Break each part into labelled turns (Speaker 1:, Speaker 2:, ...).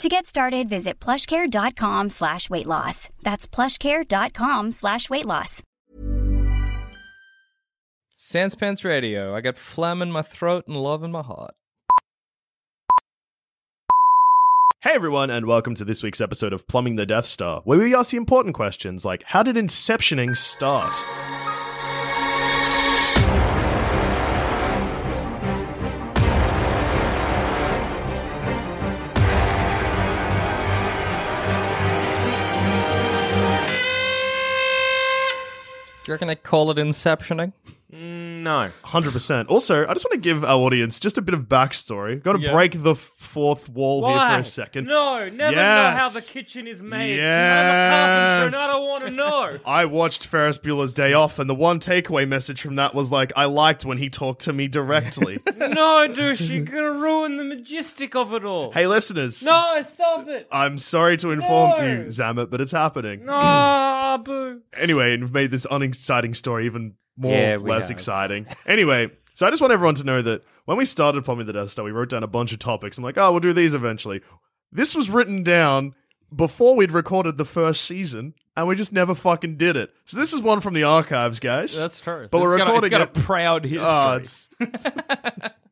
Speaker 1: To get started, visit plushcare.com slash weight loss. That's plushcare.com slash weight loss.
Speaker 2: Sans Pants Radio. I got phlegm in my throat and love in my heart.
Speaker 3: Hey everyone, and welcome to this week's episode of Plumbing the Death Star, where we ask the important questions like how did inceptioning start?
Speaker 2: Do you reckon they call it inceptioning?
Speaker 4: No.
Speaker 3: 100%. Also, I just want to give our audience just a bit of backstory. Got to
Speaker 2: Yeah.
Speaker 3: break the fourth wall here
Speaker 4: Why?
Speaker 3: for a second.
Speaker 4: No, never know how the
Speaker 3: Yes.
Speaker 4: kitchen is made. I'm a carpenter and
Speaker 3: Yes.
Speaker 4: I don't want to know.
Speaker 3: I watched Ferris Bueller's Day Off, and the one takeaway message from that was like, I liked when he talked to me directly.
Speaker 4: no, douche, you're going to ruin the majestic of it all.
Speaker 3: hey, Uh, listeners.
Speaker 4: No, stop it.
Speaker 3: I'm sorry to inform
Speaker 4: No.
Speaker 3: you, Zamet, but it's happening.
Speaker 4: no, Ah,
Speaker 3: mm.
Speaker 4: boo.
Speaker 3: Anyway, and we've made this unexciting story even more
Speaker 4: Yeah, we
Speaker 3: less
Speaker 4: have.
Speaker 3: exciting. Anyway, so I just want everyone to know that when we started Plumbing the Death Star, we wrote down a bunch of topics. I'm like, oh, we'll do these eventually. This was written down before we'd recorded the first season, and we just never fucking did it. So this is one from the archives, guys.
Speaker 2: true.
Speaker 3: But we're
Speaker 2: It's got a-
Speaker 3: recording
Speaker 2: It's got
Speaker 3: it.
Speaker 2: a proud history.
Speaker 3: Oh, it's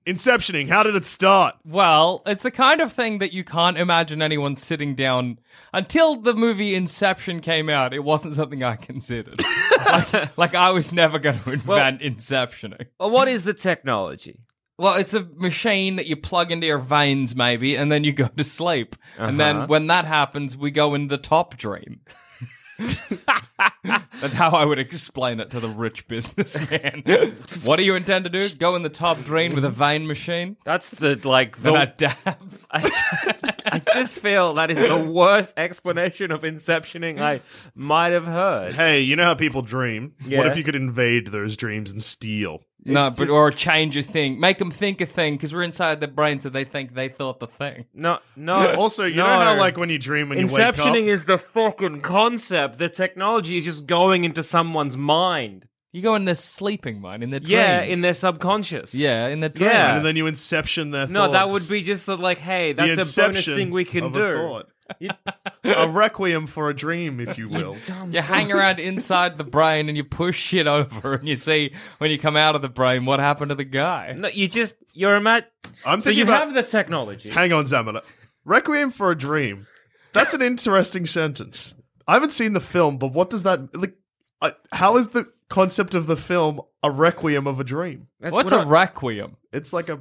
Speaker 3: Inceptioning. How did it start?
Speaker 2: Well, it's the kind of thing that you can't imagine anyone sitting down until the movie Inception came out. It wasn't something I considered. like, like I was never going to invent inceptioning.
Speaker 4: Well, what is the technology?
Speaker 2: Well, it's a machine that you plug into your veins, maybe, and then you go to sleep. And
Speaker 4: Uh-huh.
Speaker 2: then when that happens, we go in the top dream. That's how I would explain it to the rich businessman. what do you intend to do? Go in the top dream with a vein machine?
Speaker 4: That's the, like, the.
Speaker 2: Then I dab.
Speaker 4: I, I just feel that is the worst explanation of inceptioning I might have heard.
Speaker 3: Hey, you know how people dream. What
Speaker 4: Yeah.
Speaker 3: if you could invade those dreams and steal?
Speaker 2: No,
Speaker 4: It's
Speaker 2: but
Speaker 4: just-
Speaker 2: or change a thing, make them think a thing because we're inside their brain, so they think they thought the thing.
Speaker 4: No, no.
Speaker 3: Also, you
Speaker 4: no.
Speaker 3: know how like when you dream when you wake up.
Speaker 4: Inceptioning is the fucking concept. The technology is just going into someone's mind.
Speaker 2: You go in their sleeping mind, in their dreams.
Speaker 4: Yeah, in their subconscious.
Speaker 2: yeah, in their dreams.
Speaker 4: Yeah.
Speaker 3: and then you inception their
Speaker 4: No, that would
Speaker 3: thoughts.
Speaker 4: be just the, like, hey,
Speaker 3: The
Speaker 4: that's a bonus
Speaker 3: inception
Speaker 4: thing we can
Speaker 3: of
Speaker 4: do.
Speaker 3: A, thought. a requiem for a dream, if you will.
Speaker 2: You hang around inside the brain and you push shit over, and you see when you come out of the brain what happened to the guy.
Speaker 4: No, you just you're a mat.
Speaker 3: I'm
Speaker 4: So
Speaker 3: thinking
Speaker 4: you
Speaker 3: about-
Speaker 4: have the technology.
Speaker 3: Hang on, Zamina. Requiem for a dream. That's an interesting sentence. I haven't seen the film, but what does that like? Uh, how is the concept of the film a requiem of a dream?
Speaker 4: That's
Speaker 2: What's
Speaker 4: what
Speaker 2: a requiem?
Speaker 3: It's like a,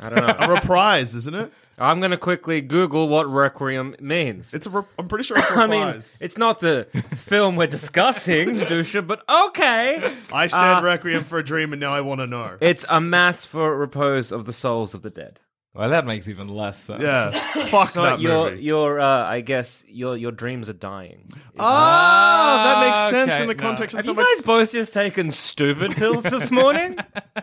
Speaker 4: I, I don't know.
Speaker 3: a reprise, isn't it?
Speaker 4: I'm gonna quickly Google what requiem means.
Speaker 3: It's a. Re- I'm pretty sure it's a
Speaker 4: I mean,
Speaker 3: reprise.
Speaker 4: it's not the film we're discussing, Dusha, but okay.
Speaker 3: I
Speaker 4: uh,
Speaker 3: said requiem for a dream, and now I want to know.
Speaker 4: It's a mass for repose of the souls of the dead.
Speaker 2: Well, that makes even less sense.
Speaker 3: yeah, fuck
Speaker 4: So
Speaker 3: that
Speaker 4: your
Speaker 3: movie.
Speaker 4: your uh, I guess your your dreams are dying.
Speaker 3: Ah, that makes sense
Speaker 2: Okay,
Speaker 3: in the
Speaker 2: no.
Speaker 3: context
Speaker 4: Have
Speaker 3: of
Speaker 4: you
Speaker 3: the film.
Speaker 4: guys both just taken stupid pills this morning?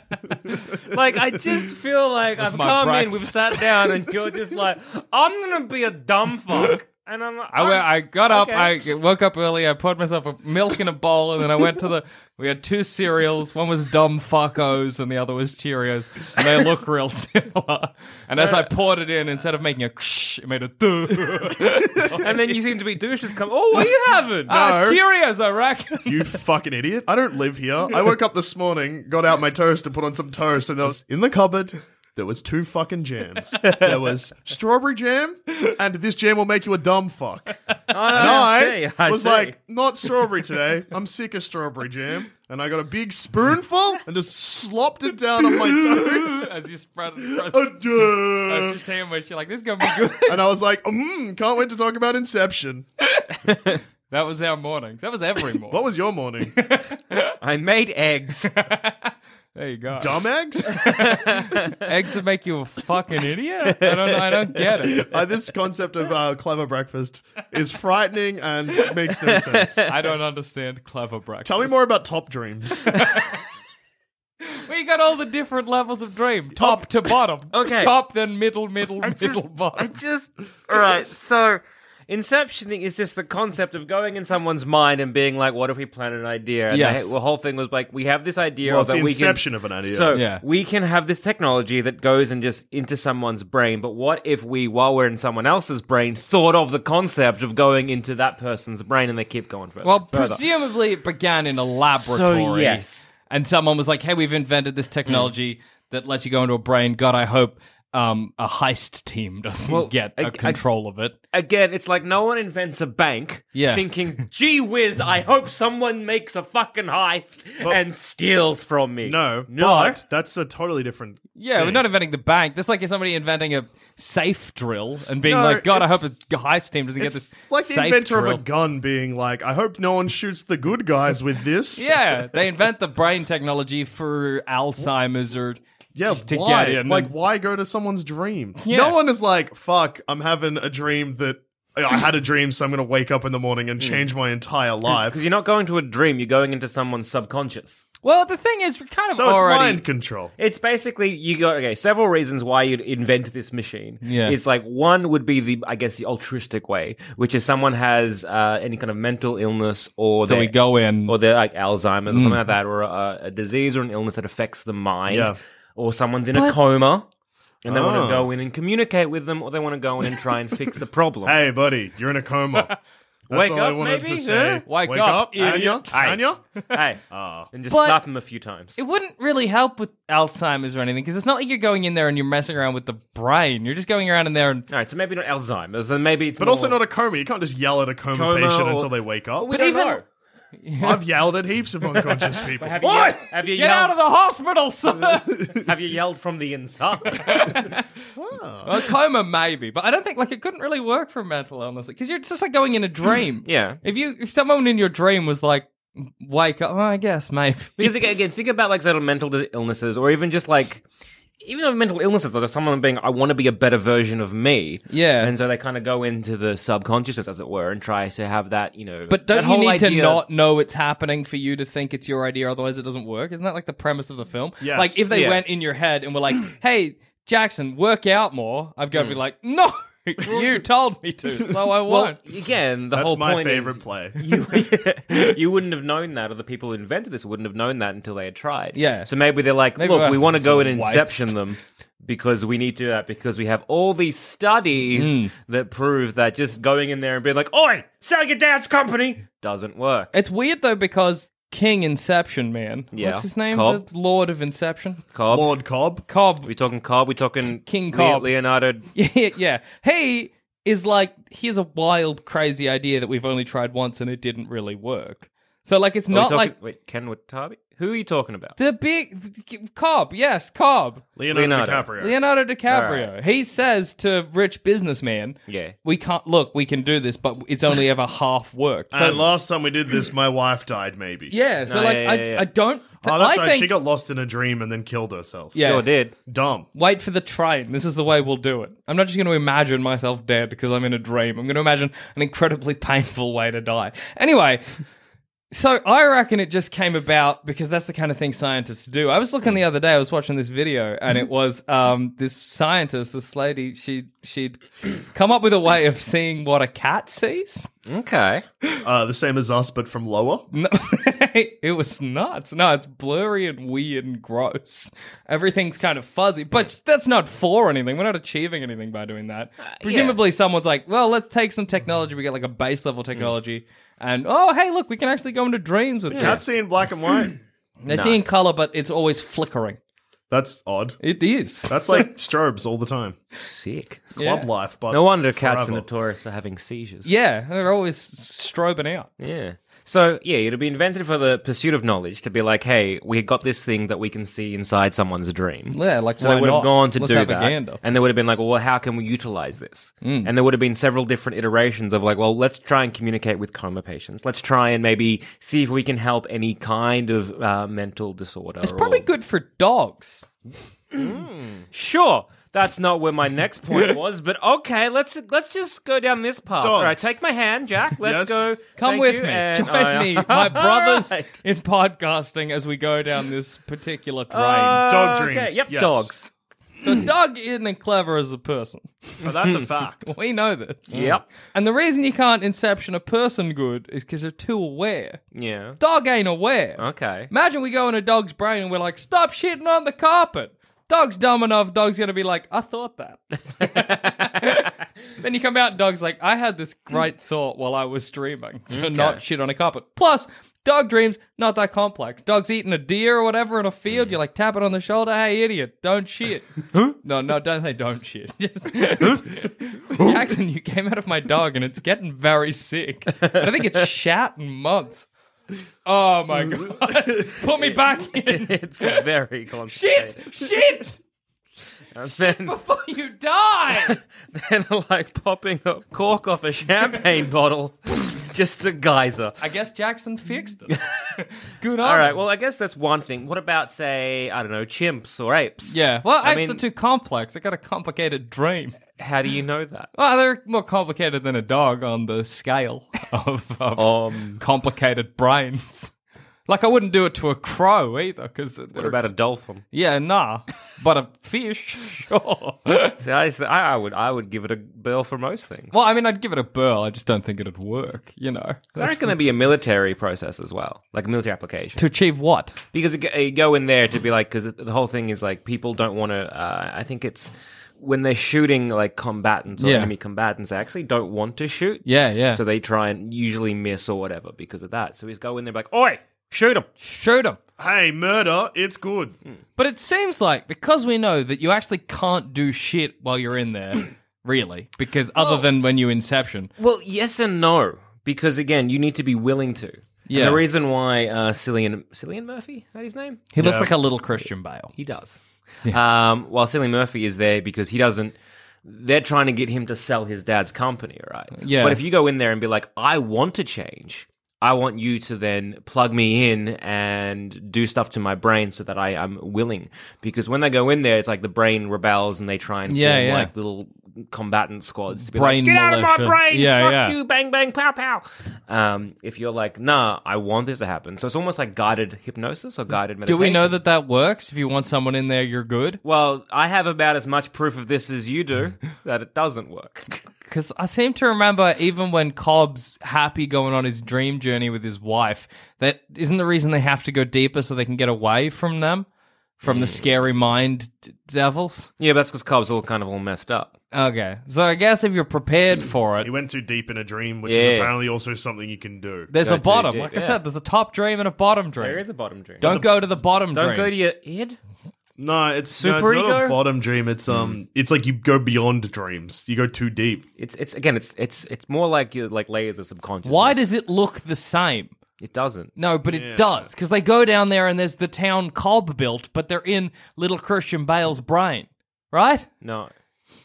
Speaker 4: like, I just feel like I've
Speaker 2: my
Speaker 4: come in,
Speaker 2: breakfast.
Speaker 4: we've sat down, and you're just like, I'm gonna be a dumb fuck. And I'm like,
Speaker 2: I, wa- I got up.
Speaker 4: Okay.
Speaker 2: I woke up early. I poured myself a milk in a bowl, and then I went to the. We had two cereals. One was dumb fuckos, and the other was Cheerios, and they look real similar. And as I poured it in, instead of making a, ksh, it made a. Duh.
Speaker 4: and then you seem to be douches. Come, oh, what are you having?
Speaker 2: Ah, Cheerios, I reckon.
Speaker 3: You fucking idiot. I don't live here. I woke up this morning, got out my toast and put on some toast, and I was in the cupboard. there was two fucking jams. there was strawberry jam, and this jam will make you a dumb fuck.
Speaker 4: Oh, no,
Speaker 3: And I,
Speaker 4: see, I
Speaker 3: was
Speaker 4: see.
Speaker 3: like, not strawberry today. I'm sick of strawberry jam. And I got a big spoonful and just slopped it down on my toast.
Speaker 2: As you spread it across,
Speaker 3: Uh,
Speaker 2: I was
Speaker 3: duh.
Speaker 2: just saying, which you're like, this is gonna be good.
Speaker 3: And I was like, mm, can't wait to talk about Inception.
Speaker 2: that was our mornings. That was every morning.
Speaker 3: What was your morning?
Speaker 4: I made eggs.
Speaker 2: there you go.
Speaker 3: Dumb eggs?
Speaker 2: Eggs would make you a fucking idiot. I don't. I don't get it.
Speaker 3: Uh, this concept of uh, clever breakfast is frightening and makes no sense.
Speaker 2: I don't understand clever breakfast.
Speaker 3: Tell me more about top dreams.
Speaker 2: Well, you got all the different levels of dream, top to bottom.
Speaker 4: Oh. Okay.
Speaker 2: Top then middle, middle,
Speaker 4: I
Speaker 2: middle,
Speaker 4: just, I
Speaker 2: bottom.
Speaker 4: just. All right. So, inceptioning is just the concept of going in someone's mind and being like, "What if we plan an idea?" And
Speaker 2: Yes.
Speaker 4: the, the whole thing was like, "We have this idea
Speaker 3: Well,
Speaker 4: or
Speaker 3: it's
Speaker 4: that
Speaker 3: the
Speaker 4: we
Speaker 3: inception
Speaker 4: can,
Speaker 3: of an idea.
Speaker 4: So
Speaker 2: Yeah.
Speaker 4: we can have this technology that goes and just into someone's brain. But what if we, while we're in someone else's brain, thought of the concept of going into that person's brain and they keep going further?
Speaker 2: well,
Speaker 4: further.
Speaker 2: presumably it began in a laboratory.
Speaker 4: yes. Hmm.
Speaker 2: And someone was like, "Hey, we've invented this technology that lets you go into a brain." God, I hope um, a heist team doesn't
Speaker 4: Well,
Speaker 2: get
Speaker 4: I-
Speaker 2: a
Speaker 4: I-
Speaker 2: control of it.
Speaker 4: again, it's like no one invents a bank
Speaker 2: Yeah.
Speaker 4: thinking, gee whiz, I hope someone makes a fucking heist and steals from me.
Speaker 3: no,
Speaker 4: No.
Speaker 3: but that's a totally different.
Speaker 2: Yeah, we're not inventing the bank. That's like if somebody inventing a safe drill and being
Speaker 3: No,
Speaker 2: like, "God, I
Speaker 3: it's-
Speaker 2: hope a heist team doesn't get
Speaker 3: It's
Speaker 2: this
Speaker 3: like the
Speaker 2: safe
Speaker 3: inventor
Speaker 2: drill."
Speaker 3: of a gun being like, I hope no one shoots the good guys with this.
Speaker 2: Yeah, they invent the brain technology for Alzheimer's or
Speaker 3: Yeah,
Speaker 2: just to
Speaker 3: why?
Speaker 2: get in.
Speaker 3: like,
Speaker 2: and-
Speaker 3: why go to someone's dream?
Speaker 2: Yeah.
Speaker 3: No one is like, fuck, I'm having a dream that I had a dream, so I'm going to wake up in the morning
Speaker 2: Hmm.
Speaker 3: and change my entire life.
Speaker 4: Because you're not going to a dream, you're going into someone's subconscious.
Speaker 2: well, the thing is, we're kind of
Speaker 3: So it's
Speaker 2: already
Speaker 3: mind control.
Speaker 4: It's basically you got okay. Several reasons why you'd invent this machine.
Speaker 2: Yeah.
Speaker 4: it's like one would be the I guess the altruistic way, which is someone has uh, any kind of mental illness or
Speaker 2: So
Speaker 4: they
Speaker 2: we go in.
Speaker 4: or they're like Alzheimer's or something like that, or a, a disease or an illness that affects the mind,
Speaker 3: Mm. Yeah.
Speaker 4: or someone's in a coma and they want
Speaker 3: Oh.
Speaker 4: to go in and communicate with them, or they want to go in and try and fix the problem.
Speaker 3: Hey, buddy, you're in a coma. That's
Speaker 4: Wake
Speaker 3: all I
Speaker 4: up,
Speaker 3: wanted
Speaker 4: maybe,
Speaker 3: to say.
Speaker 4: huh?
Speaker 2: Wake
Speaker 3: Wake
Speaker 2: up,
Speaker 3: up, Anya.
Speaker 2: idiot.
Speaker 4: Aye.
Speaker 3: Anya.
Speaker 4: Hey,
Speaker 3: Oh.
Speaker 4: and just
Speaker 2: But-
Speaker 4: slap them a few times.
Speaker 2: it wouldn't really help with Alzheimer's or anything because it's not like you're going in there and you're messing around with the brain. You're just going around in there and.
Speaker 4: All right, so maybe not Alzheimer's, then maybe it's
Speaker 3: But
Speaker 4: more-
Speaker 3: also not a coma. You can't just yell at a coma,
Speaker 4: Coma
Speaker 3: patient
Speaker 4: or-
Speaker 3: until they wake up.
Speaker 4: We don't
Speaker 2: even-
Speaker 4: know.
Speaker 3: I've yelled at heaps of unconscious people.
Speaker 4: Have you,
Speaker 3: Why?
Speaker 4: yelled- have you
Speaker 2: Get out
Speaker 4: yelled?
Speaker 2: of the hospital, sir!
Speaker 4: have you yelled from the inside?
Speaker 2: a coma, maybe, but I don't think like it couldn't really work for mental illness because you're it's just like going in a dream.
Speaker 4: Yeah.
Speaker 2: If you if someone in your dream was like, wake up, well, I guess maybe.
Speaker 4: Because again, again, think about like sort of mental dis- illnesses, or even just like even though mental illnesses, or just someone being, I want to be a better version of me.
Speaker 2: Yeah.
Speaker 4: and so they kind of go into the subconsciousness, as it were, and try to have that, you know.
Speaker 2: But
Speaker 4: that
Speaker 2: don't you
Speaker 4: whole
Speaker 2: need to
Speaker 4: idea-
Speaker 2: not know it's happening for you to think it's your idea? Otherwise, it doesn't work. Isn't that like the premise of the film?
Speaker 3: Yes.
Speaker 2: Like if they
Speaker 4: Yeah.
Speaker 2: went in your head and were like, "Hey, Jackson, work out more," I've got to be
Speaker 4: Hmm.
Speaker 2: like, "No, you told me to, so I
Speaker 4: Well,
Speaker 2: won't."
Speaker 4: again, the
Speaker 3: That's
Speaker 4: whole
Speaker 3: my
Speaker 4: point
Speaker 3: favorite
Speaker 4: is
Speaker 3: play.
Speaker 4: you, you wouldn't have known that, or the people who invented this wouldn't have known that until they had tried.
Speaker 2: Yeah.
Speaker 4: So maybe they're like,
Speaker 2: Maybe
Speaker 4: look,
Speaker 2: we'll
Speaker 4: we want to
Speaker 2: have
Speaker 4: go
Speaker 2: some
Speaker 4: and inception them because we need to do that because we have all these studies
Speaker 2: Hmm.
Speaker 4: that prove that just going in there and being like, oi, sell your dad's company doesn't work.
Speaker 2: it's weird though because King Inception, man.
Speaker 4: Yeah.
Speaker 2: What's his name?
Speaker 4: Cobb.
Speaker 2: The Lord of Inception.
Speaker 4: Cobb.
Speaker 3: Lord Cobb.
Speaker 2: Cobb.
Speaker 4: we talking Cobb? we talking
Speaker 2: King
Speaker 4: Le-
Speaker 2: Cobb.
Speaker 4: Leonardo.
Speaker 2: yeah, yeah. He is like, here's a wild, crazy idea that we've only tried once and it didn't really work. So like, it's
Speaker 4: Are we
Speaker 2: not
Speaker 4: talking-
Speaker 2: like
Speaker 4: Wait, Ken Watabi? Who are you talking about?
Speaker 2: the big Cobb. Yes, Cobb.
Speaker 3: Leonardo,
Speaker 4: Leonardo.
Speaker 3: DiCaprio.
Speaker 2: Leonardo DiCaprio. He says to rich businessman,
Speaker 4: Yeah.
Speaker 2: we can't look. We can do this, but it's only ever half worked." So
Speaker 3: and last time we did this, my wife died. Maybe.
Speaker 2: yeah, so
Speaker 4: No,
Speaker 2: like
Speaker 4: yeah,
Speaker 2: I,
Speaker 4: yeah, yeah.
Speaker 2: I don't.
Speaker 3: Oh, that's
Speaker 2: I
Speaker 3: right.
Speaker 2: think
Speaker 3: She got lost in a dream and then killed herself.
Speaker 2: yeah.
Speaker 4: Sure did.
Speaker 3: Dumb.
Speaker 2: Wait for the train. This is the way we'll do it. I'm not just going to imagine myself dead because I'm in a dream. I'm going to imagine an incredibly painful way to die. Anyway, so I reckon it just came about because that's the kind of thing scientists do. I was looking the other day. I was watching this video, and it was um, this scientist, this lady. She she'd come up with a way of seeing what a cat sees.
Speaker 4: Okay.
Speaker 3: Uh, the same as us, but from lower.
Speaker 2: No, it was nuts. No, it's blurry and weird and gross. Everything's kind of fuzzy, but that's not for anything. We're not achieving anything by doing that. Presumably, someone's like, well, let's take some technology. We get like a base level
Speaker 4: Hmm.
Speaker 2: technology, and oh, hey, look, we can actually go into dreams with
Speaker 3: Not
Speaker 2: this.
Speaker 3: seeing black and white.
Speaker 2: They're seeing color, but it's always flickering.
Speaker 3: That's odd.
Speaker 2: It is.
Speaker 3: That's like strobes all the time.
Speaker 4: Sick.
Speaker 3: Club
Speaker 2: Yeah.
Speaker 3: life, but
Speaker 4: No wonder cats and
Speaker 3: forever.
Speaker 4: notorious are having seizures.
Speaker 2: yeah, they're always strobing out.
Speaker 4: Yeah. So yeah, it'll be invented for the pursuit of knowledge to be like, hey, we got this thing that we can see inside someone's dream.
Speaker 2: Yeah, like
Speaker 4: So
Speaker 2: why
Speaker 4: they would
Speaker 2: not?
Speaker 4: have gone to
Speaker 2: Let's
Speaker 4: do
Speaker 2: have
Speaker 4: that,
Speaker 2: a gander. Mm.
Speaker 4: and they would have been like, "Well, how can we utilize this?" And there would have been several different iterations of like, "Well, let's try and communicate with coma patients. Let's try and maybe see if we can help any kind of uh, mental disorder."
Speaker 2: It's probably
Speaker 4: or-
Speaker 2: good for dogs.
Speaker 4: Sure, that's not where my next point was, but okay, let's let's just go down this path.
Speaker 3: Dogs.
Speaker 4: All right, take my hand, Jack.
Speaker 3: Yes.
Speaker 4: Let's go.
Speaker 2: Come
Speaker 4: Thank
Speaker 2: with
Speaker 4: you,
Speaker 2: me.
Speaker 4: and
Speaker 2: Join
Speaker 4: I-
Speaker 2: me, my brothers
Speaker 4: Alright.
Speaker 2: in podcasting as we go down this particular train.
Speaker 4: Uh,
Speaker 3: Dog
Speaker 4: Okay,
Speaker 3: dreams.
Speaker 4: Yep,
Speaker 3: Yes.
Speaker 4: dogs.
Speaker 2: so Doug isn't as clever as a person.
Speaker 3: Oh, that's a fact.
Speaker 2: We know this.
Speaker 4: Yep.
Speaker 2: And the reason you can't inception a person good is because they're too aware.
Speaker 4: Yeah.
Speaker 2: Dog ain't aware.
Speaker 4: Okay.
Speaker 2: Imagine we go in a dog's brain and we're like, stop shitting on the carpet. Dog's dumb enough, dog's gonna be like, I thought that. then you come out, and dog's like, I had this great thought while I was dreaming to not shit on a carpet. Plus, dog dreams, not that complex. Dog's eating a deer or whatever in a field, you like tap it on the shoulder, hey idiot, don't shit. no, no, don't say don't shit. Just Jackson, you came out of my dog and it's getting very sick. I don't think it's shat in months. Oh my god. Put me back in.
Speaker 4: It's very
Speaker 2: Shit!
Speaker 4: complicated.
Speaker 2: Shit!
Speaker 4: And then,
Speaker 2: Before you die!
Speaker 4: then like popping the cork off a champagne bottle, just a geyser.
Speaker 2: I guess Jackson fixed it. Good on
Speaker 4: All right.
Speaker 2: him.
Speaker 4: Well, I guess that's one thing. What about say I don't know chimps or apes?
Speaker 2: Yeah. Well, apes
Speaker 4: I
Speaker 2: are
Speaker 4: mean,
Speaker 2: too complex. They got a complicated dream.
Speaker 4: how do you know that?
Speaker 2: Well, they're more complicated than a dog on the scale of, of
Speaker 4: Um,
Speaker 2: complicated brains. Like, I wouldn't do it to a crow either, because.
Speaker 4: What about a dolphin?
Speaker 2: Yeah, nah. But a fish, sure.
Speaker 4: See, I, used to- I I would I would give it a bill for most things.
Speaker 2: Well, I mean, I'd give it a burl. I just don't think it'd work, you know.
Speaker 4: I reckon there'd be a military process as well, like a military application.
Speaker 2: To achieve what?
Speaker 4: because it, go- you go in there to be like because the whole thing is like people don't want to uh, i think it's when they're shooting like combatants or
Speaker 2: Yeah.
Speaker 4: enemy combatants they actually don't want to shoot
Speaker 2: Yeah, yeah.
Speaker 4: so they try and usually miss or whatever because of that so he's go in there like oi shoot him
Speaker 2: Shoot 'em.
Speaker 3: hey, murder, it's good.
Speaker 2: But it seems like because we know that you actually can't do shit while you're in there, really, because other than when you inception,
Speaker 4: well yes and no because again you need to be willing to And
Speaker 2: Yeah.
Speaker 4: the reason why uh, Cillian Cillian Murphy is that his name
Speaker 2: he looks like a little Christian Bale.
Speaker 4: He does. Um, while Cillian Murphy is there because he doesn't. They're trying to get him to sell his dad's company, right?
Speaker 2: Yeah.
Speaker 4: But if you go in there and be like, "I want to change," I want you to then plug me in and do stuff to my brain so that I am willing. Because when they go in there, it's like the brain rebels and they try and
Speaker 2: Yeah,
Speaker 4: form
Speaker 2: yeah.
Speaker 4: like little combatant squads to be
Speaker 2: Brain
Speaker 4: like, "Get out
Speaker 2: militia."
Speaker 4: of my brain!
Speaker 2: Yeah,
Speaker 4: Fuck
Speaker 2: yeah.
Speaker 4: you! Bang bang pow pow." Um, if you're like, "Nah, I want this to happen," so it's almost like guided hypnosis or guided
Speaker 2: Do
Speaker 4: meditation.
Speaker 2: we know that that works? If you want someone in there, you're good.
Speaker 4: Well, I have about as much proof of this as you do that it doesn't work.
Speaker 2: Because I seem to remember even when Cobb's happy going on his dream journey with his wife, that isn't the reason they have to go deeper so they can get away from them, from
Speaker 4: Hmm.
Speaker 2: the scary mind d- devils.
Speaker 4: yeah, but that's because Cobb's all kind of all messed up.
Speaker 2: Okay, so I guess if you're prepared
Speaker 4: Hmm.
Speaker 2: for it,
Speaker 3: He went too deep in a dream, which
Speaker 4: Yeah.
Speaker 3: is apparently also something you can do.
Speaker 2: there's
Speaker 4: Go
Speaker 2: a
Speaker 4: too
Speaker 2: bottom.
Speaker 4: deep,
Speaker 2: Like I
Speaker 4: yeah.
Speaker 2: said, there's a top dream and a bottom dream.
Speaker 4: There is a bottom dream.
Speaker 2: Don't go to the bottom
Speaker 4: Don't
Speaker 2: dream.
Speaker 4: go to your id.
Speaker 3: No, it's, no, it's
Speaker 4: Super
Speaker 3: not a
Speaker 4: ego?
Speaker 3: bottom dream. It's um, it's like you go beyond dreams. You go too deep.
Speaker 4: It's it's again. It's it's it's more like your like layers of subconscious.
Speaker 2: Why does it look the same?
Speaker 4: it doesn't?
Speaker 2: No, but it does because they go down there and there's the town Cobb built, but they're in little Christian Bale's brain, right?
Speaker 4: No.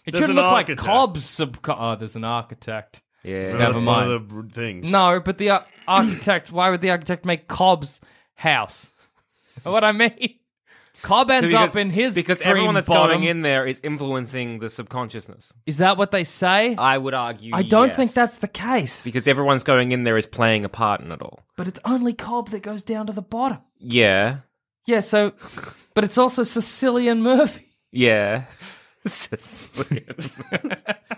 Speaker 2: It
Speaker 3: There's
Speaker 2: shouldn't
Speaker 3: an
Speaker 2: look
Speaker 3: architect.
Speaker 2: like Cobb's sub. Oh, there's an architect.
Speaker 4: Yeah.
Speaker 3: Well,
Speaker 2: Never
Speaker 3: that's
Speaker 2: mind.
Speaker 3: One of the r- things.
Speaker 2: No, but the ar- architect. Why would the architect make Cobb's house? Know what I mean? Cobb ends up in his
Speaker 4: because
Speaker 2: dream
Speaker 4: everyone that's
Speaker 2: bottom.
Speaker 4: going in there is influencing the subconsciousness.
Speaker 2: Is that what they say?
Speaker 4: I would argue.
Speaker 2: I don't
Speaker 4: Ah, yes.
Speaker 2: think that's the case.
Speaker 4: because everyone's going in there is playing a part in it all.
Speaker 2: but it's only Cobb that goes down to the bottom.
Speaker 4: Yeah.
Speaker 2: Yeah, so, but it's also Sicilian Murphy.
Speaker 4: Yeah. Sicilian.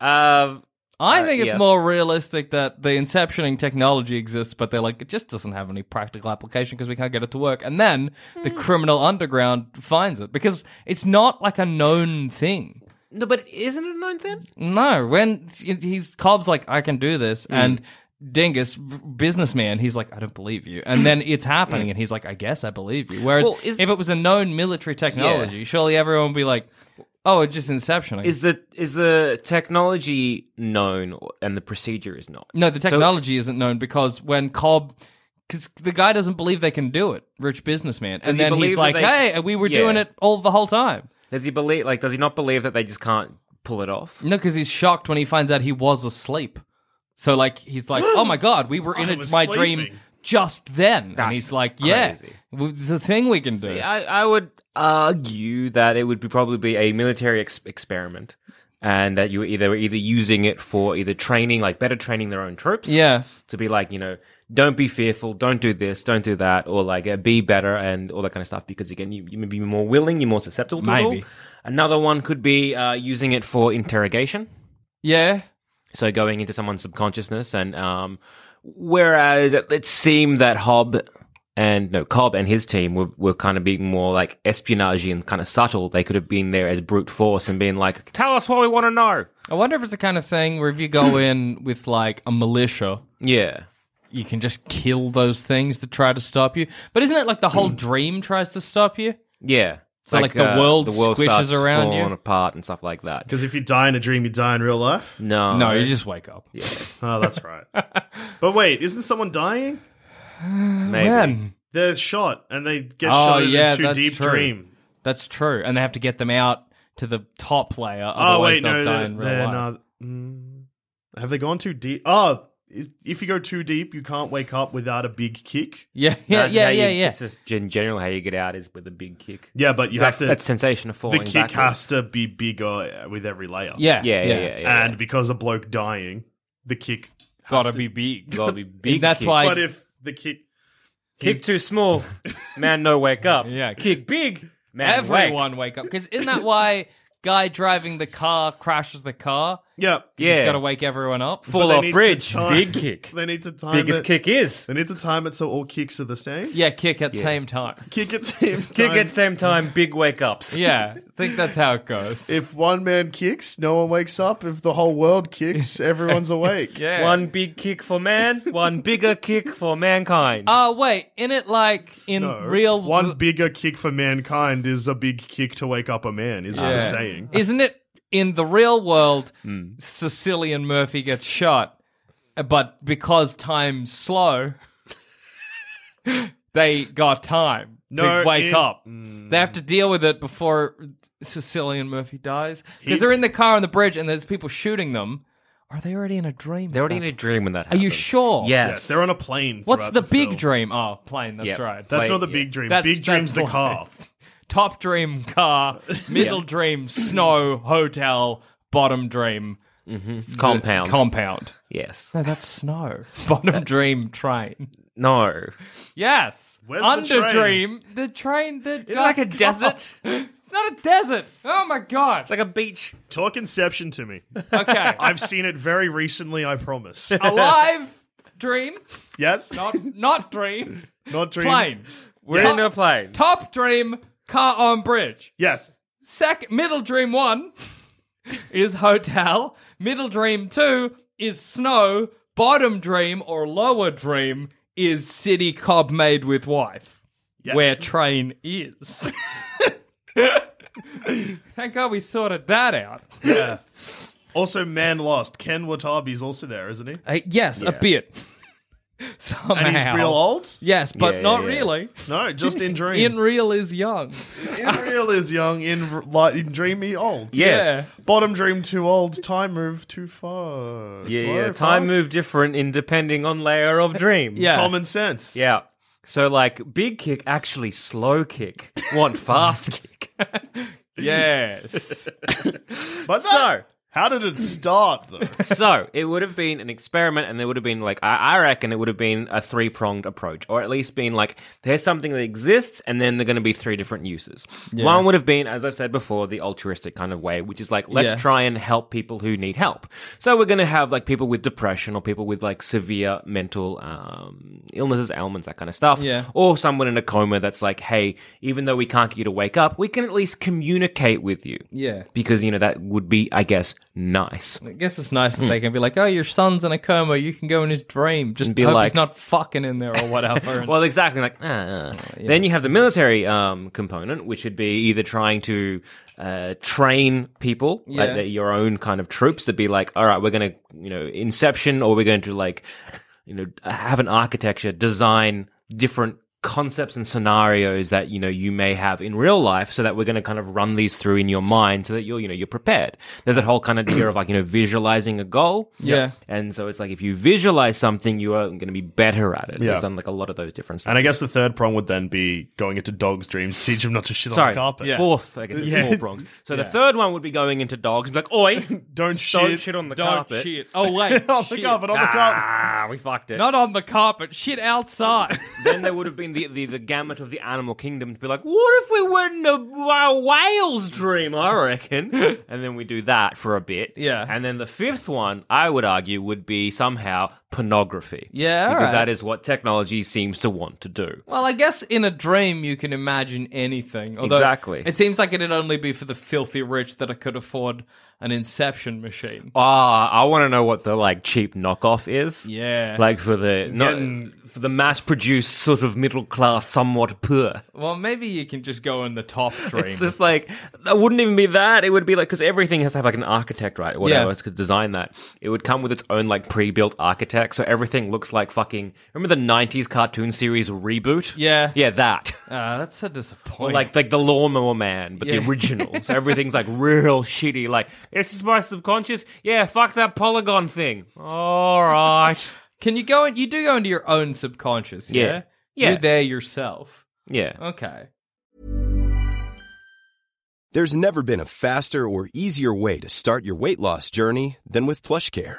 Speaker 4: um,
Speaker 2: I think it's
Speaker 4: yes.
Speaker 2: more realistic that the inceptioning technology exists, but they're like, it just doesn't have any practical application because we can't get it to work. And then the
Speaker 4: Hmm.
Speaker 2: criminal underground finds it because it's not like a known thing.
Speaker 4: no, but isn't it a known thing? Hmm.
Speaker 2: No, when he's Cobb's like, I can do this, and dingus b- businessman, he's like, I don't believe you. And then it's happening, and he's like, I guess I believe you. Whereas
Speaker 4: Hmm. Well, is-
Speaker 2: if it was a known military technology, surely everyone would be like, oh, it's just Inception.
Speaker 4: Is the is the technology known or- and the procedure is not?
Speaker 2: no, the technology isn't known because when Cobb. Because the guy doesn't believe they can do it, rich businessman. And
Speaker 4: he
Speaker 2: then
Speaker 4: believe
Speaker 2: he's
Speaker 4: that
Speaker 2: like,
Speaker 4: they-
Speaker 2: hey, we were
Speaker 4: Yeah.
Speaker 2: doing it all the whole time.
Speaker 4: Does he believe like does he not believe that they just can't pull it off?
Speaker 2: No, because he's shocked when he finds out he was asleep. So like he's like, oh my god, we were in
Speaker 3: I
Speaker 2: a,
Speaker 3: was
Speaker 2: my
Speaker 3: sleeping.
Speaker 2: dream just then, and
Speaker 4: That's
Speaker 2: he's like, yeah,
Speaker 4: crazy.
Speaker 2: w- it's a thing we can do.
Speaker 4: I, I would argue that it would be probably be a military ex- experiment, and that you were either were either using it for either training, like better training their own troops,
Speaker 2: yeah,
Speaker 4: to be like you know, don't be fearful, don't do this, don't do that, or like uh, be better and all that kind of stuff. Because again, you, you may be more willing, you're more susceptible. To it all.
Speaker 2: Maybe.
Speaker 4: another one could be uh, using it for interrogation.
Speaker 2: yeah.
Speaker 4: so going into someone's subconsciousness and um whereas it, it seemed that hob and no cobb and his team were, were kind of being more like espionage and kind of subtle they could have been there as brute force and being like tell us what we want to know
Speaker 2: I wonder if it's the kind of thing where if you go in with like a militia,
Speaker 4: yeah
Speaker 2: you can just kill those things that try to stop you. But isn't it like the whole dream tries to stop you?
Speaker 4: yeah uh,
Speaker 2: So, like, the world squishes
Speaker 4: starts
Speaker 2: around you?
Speaker 4: falling apart and stuff like that
Speaker 3: Because if you die in a dream, you die in real life.
Speaker 4: no
Speaker 2: No, you just wake up. Yeah,
Speaker 3: Oh, that's right. but wait, isn't someone dying?
Speaker 4: maybe.
Speaker 3: They're shot and they get
Speaker 2: Oh,
Speaker 3: shot in
Speaker 2: yeah,
Speaker 3: a too
Speaker 2: that's
Speaker 3: deep
Speaker 2: true.
Speaker 3: dream.
Speaker 2: that's true. And they have to get them out to the top layer.
Speaker 3: Oh
Speaker 2: Otherwise
Speaker 3: wait,
Speaker 2: they'll
Speaker 3: no,
Speaker 2: die
Speaker 3: they're,
Speaker 2: in real
Speaker 3: they're
Speaker 2: life.
Speaker 3: not. Mm. have they gone too deep? Oh, if- if you go too deep, you can't wake up without a big kick.
Speaker 2: Yeah, yeah,
Speaker 4: That's
Speaker 2: yeah,
Speaker 4: how you-
Speaker 2: yeah, yeah.
Speaker 4: it's just in general how you get out is with a big kick
Speaker 3: Yeah, but you
Speaker 4: that,
Speaker 3: have to.
Speaker 4: that sensation of
Speaker 3: the
Speaker 4: falling
Speaker 3: kick
Speaker 4: backwards.
Speaker 3: has to be bigger uh, with every layer.
Speaker 2: yeah,
Speaker 4: yeah yeah yeah, yeah,
Speaker 3: and because a bloke dying, the kick.
Speaker 2: gotta be big.
Speaker 4: Gotta be big
Speaker 2: That's
Speaker 4: kick.
Speaker 2: why.
Speaker 3: but if the kick,
Speaker 4: Kick too small, man. No wake up.
Speaker 2: Yeah.
Speaker 4: Kick big, man.
Speaker 2: Everyone
Speaker 4: wake.
Speaker 2: wake up because isn't that why guy driving the car crashes the car?
Speaker 3: yeah,
Speaker 2: You just
Speaker 4: Yeah.
Speaker 2: gotta wake everyone up.
Speaker 4: fall
Speaker 3: they
Speaker 4: off
Speaker 3: need to
Speaker 4: bridge.
Speaker 3: time-
Speaker 4: Big kick.
Speaker 3: they need to time
Speaker 4: Biggest
Speaker 3: it.
Speaker 4: kick is
Speaker 3: They need to time it so all kicks are the same.
Speaker 2: yeah, kick at same time.
Speaker 3: Kick at same
Speaker 4: kick
Speaker 3: time.
Speaker 4: at same time. Big wake ups.
Speaker 2: Yeah, I think that's how it goes.
Speaker 3: If one man kicks, no one wakes up. If the whole world kicks, everyone's awake.
Speaker 2: yeah.
Speaker 4: One big kick for man. One bigger kick for mankind.
Speaker 3: Uh,
Speaker 2: Oh wait, in it like in
Speaker 3: No,
Speaker 2: real
Speaker 3: one bigger kick for mankind is a big kick to wake up a man. Is what
Speaker 2: Yeah.
Speaker 3: I'm saying.
Speaker 2: Isn't it in the real world? Sicilian Murphy gets shot, but because time's slow, they got time
Speaker 3: No,
Speaker 2: to wake
Speaker 3: in-
Speaker 2: up. They have to deal with it before Sicilian Murphy dies because they're in the car on the bridge and there's people shooting them. Are they already in a dream?
Speaker 4: They're already in a dream when that
Speaker 2: Are
Speaker 4: happens.
Speaker 2: you sure?
Speaker 4: Yes.
Speaker 3: Yes, they're on a plane.
Speaker 2: What's
Speaker 3: throughout
Speaker 2: the, big
Speaker 3: film.
Speaker 2: dream? Oh, plane. That's
Speaker 4: Yep.
Speaker 2: right.
Speaker 3: That's
Speaker 4: Plane,
Speaker 3: not the
Speaker 4: yeah.
Speaker 3: big dream.
Speaker 2: That's-
Speaker 3: big
Speaker 2: that's
Speaker 3: dream's the
Speaker 2: the
Speaker 3: car.
Speaker 2: Top dream car, middle dream snow hotel, bottom dream
Speaker 4: compound.
Speaker 2: compound.
Speaker 4: yes.
Speaker 2: No, that's snow. Bottom dream train.
Speaker 4: No.
Speaker 2: Yes.
Speaker 3: Where's the
Speaker 2: Under
Speaker 3: train?
Speaker 2: dream. The train that
Speaker 4: It's
Speaker 2: got
Speaker 4: like a
Speaker 2: caught.
Speaker 4: desert.
Speaker 2: Not a desert. Oh my god.
Speaker 4: It's like a beach.
Speaker 3: Talk Inception to me.
Speaker 2: Okay.
Speaker 3: I've seen it very recently. I promise.
Speaker 2: Alive dream.
Speaker 3: yes, not,
Speaker 2: Oh. Not not dream.
Speaker 3: dream.
Speaker 2: Plane.
Speaker 4: We're
Speaker 2: Yes.
Speaker 4: in a plane.
Speaker 2: Top dream car on bridge.
Speaker 3: Yes,
Speaker 2: Sec middle dream one is hotel. Middle dream two is snow. Bottom dream or lower dream is city cob made with wife.
Speaker 3: Yes.
Speaker 2: Where train is. Thank God we sorted that out.
Speaker 3: yeah. Also, Man Lost. Ken Watabi's also there, isn't he?
Speaker 2: Uh, yes, a
Speaker 4: Yeah.
Speaker 2: bit. Somehow.
Speaker 3: And he's real old.
Speaker 2: Yes, but
Speaker 4: Yeah,
Speaker 2: not
Speaker 4: yeah, yeah.
Speaker 2: really.
Speaker 3: No, just in dream.
Speaker 2: In real is young.
Speaker 3: In real is young, in, r- light, in dream he old.
Speaker 4: Yes.
Speaker 3: Bottom dream too old, time move too far.
Speaker 4: Yeah.
Speaker 3: Slow,
Speaker 4: Yeah. Time
Speaker 3: fast.
Speaker 4: move different in depending on layer of dream.
Speaker 2: Yeah.
Speaker 3: Common sense.
Speaker 4: Yeah. So like big kick, actually slow kick. Want fast kick.
Speaker 2: Yes.
Speaker 3: But that-
Speaker 4: So
Speaker 3: how did it start though?
Speaker 4: so it would have been an experiment and there would have been like I, I reckon it would have been a three pronged approach. Or at least been like there's something that exists and then there are gonna be three different uses. One would have been, as I've said before, the altruistic kind of way, which is like let's
Speaker 2: Yeah.
Speaker 4: try and help people who need help. So we're gonna have like people with depression or people with like severe mental um, illnesses, ailments, that kind of stuff.
Speaker 2: Yeah.
Speaker 4: Or someone in a coma that's like, hey, even though we can't get you to wake up, we can at least communicate with you
Speaker 2: yeah.
Speaker 4: because you know that would be i guess nice.
Speaker 2: I guess it's nice
Speaker 4: Hmm.
Speaker 2: that they can be like, "Oh, your son's in a coma. You can go in his dream. Just
Speaker 4: And be
Speaker 2: hope
Speaker 4: like-
Speaker 2: he's not fucking in there or whatever." And-
Speaker 4: Well, exactly. Like, ah, ah.
Speaker 2: Oh,
Speaker 4: then you have the military um, component, which would be either trying to uh, train people, like
Speaker 2: Yeah.
Speaker 4: the- your own kind of troops, to be like, all right, we're going to, you know, inception, or we're going to like, you know, have an architecture design different concepts and scenarios that you know you may have in real life so that we're going to kind of run these through in your mind so that you're you know you're prepared there's that whole kind of idea of like you know visualizing a goal
Speaker 2: Yeah.
Speaker 4: and so it's like if you visualize something you are going to be better at it
Speaker 3: Yeah.
Speaker 4: There's done like a lot of those different stuff
Speaker 3: And I guess the third prong would then be going into dogs' dreams, to teach him not to shit on
Speaker 4: Sorry,
Speaker 3: the carpet.
Speaker 4: fourth. I guess it's four prongs. So the third one would be going into dogs, be like, "Oi,
Speaker 3: Don't
Speaker 4: don't
Speaker 3: shit.
Speaker 4: shit on the
Speaker 2: don't
Speaker 4: carpet."
Speaker 2: shit. Oh wait,
Speaker 3: on the
Speaker 2: shit.
Speaker 3: carpet, on the carpet.
Speaker 4: Ah, we fucked it.
Speaker 2: Not on the carpet. Shit outside.
Speaker 4: then there would have been the, the, the gamut of the animal kingdom to be like, "What if we were in a, a whale's dream?" I reckon, and then we do that for a bit.
Speaker 2: Yeah.
Speaker 4: and then the fifth one, I would argue, would be somehow pornography.
Speaker 2: Yeah,
Speaker 4: because
Speaker 2: alright.
Speaker 4: that is what technology seems to want to do.
Speaker 2: well, I guess in a dream you can imagine anything. Although
Speaker 4: Exactly.
Speaker 2: It seems like it'd only be for the filthy rich that I could afford an inception machine.
Speaker 4: Ah, I want to know what the like cheap knockoff is.
Speaker 2: Yeah.
Speaker 4: like for the not,
Speaker 3: Getting-
Speaker 4: for the mass-produced sort of middle class, somewhat poor.
Speaker 2: Well, maybe you can just go in the top dream.
Speaker 4: It's just like that wouldn't even be that. It would be like because everything has to have like an architect, right? Or whatever
Speaker 2: Yeah.
Speaker 4: it's could design that. It would come with its own like pre-built architect, so everything looks like fucking. Remember the '90s cartoon series reboot?
Speaker 2: Yeah.
Speaker 4: yeah, that.
Speaker 2: Ah, that's so disappointing.
Speaker 4: Like like the lawnmower man, but
Speaker 2: Yeah.
Speaker 4: the original. So everything's like real shitty. Like this is my subconscious. Yeah, fuck that polygon thing. All right.
Speaker 2: Can you go in? You do go into your own subconscious, yeah?
Speaker 4: Yeah. Yeah.
Speaker 2: You're there yourself.
Speaker 4: Yeah.
Speaker 2: Okay.
Speaker 5: There's never been a faster or easier way to start your weight loss journey than with PlushCare.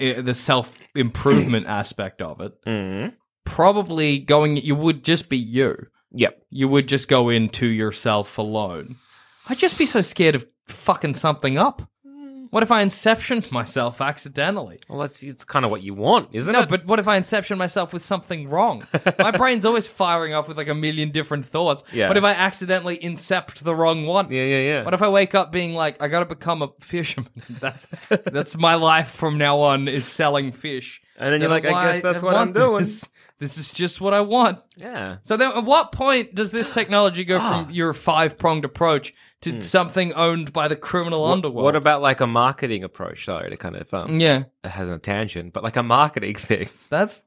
Speaker 2: i- the self improvement aspect of it,
Speaker 4: Mm.
Speaker 2: probably going you would just be you.
Speaker 4: Yep.
Speaker 2: You would just go into yourself alone. I'd just be so scared of fucking something up.
Speaker 4: Mm.
Speaker 2: What if I inceptioned myself accidentally?
Speaker 4: Well, that's it's kind of what you want, isn't
Speaker 2: No,
Speaker 4: it?
Speaker 2: but what if I inception myself with something wrong? My brain's always firing off with like a million different thoughts.
Speaker 4: Yeah.
Speaker 2: What if I accidentally incept the wrong one?
Speaker 4: Yeah, yeah, yeah.
Speaker 2: What if I wake up being like, I gotta become a fisherman? that's that's my life from now on is selling fish.
Speaker 4: And then you're like, I
Speaker 2: why-
Speaker 4: guess that's
Speaker 2: I
Speaker 4: what I'm
Speaker 2: want
Speaker 4: doing.
Speaker 2: This. This is just what I want.
Speaker 4: yeah.
Speaker 2: So then, at what point does this technology go
Speaker 4: Ah.
Speaker 2: from your five pronged approach to something owned by the criminal underworld?
Speaker 4: Hmm. What about like a marketing approach, though, to kind of um,
Speaker 2: yeah,
Speaker 4: it has a tangent, but like a marketing thing,
Speaker 2: that's.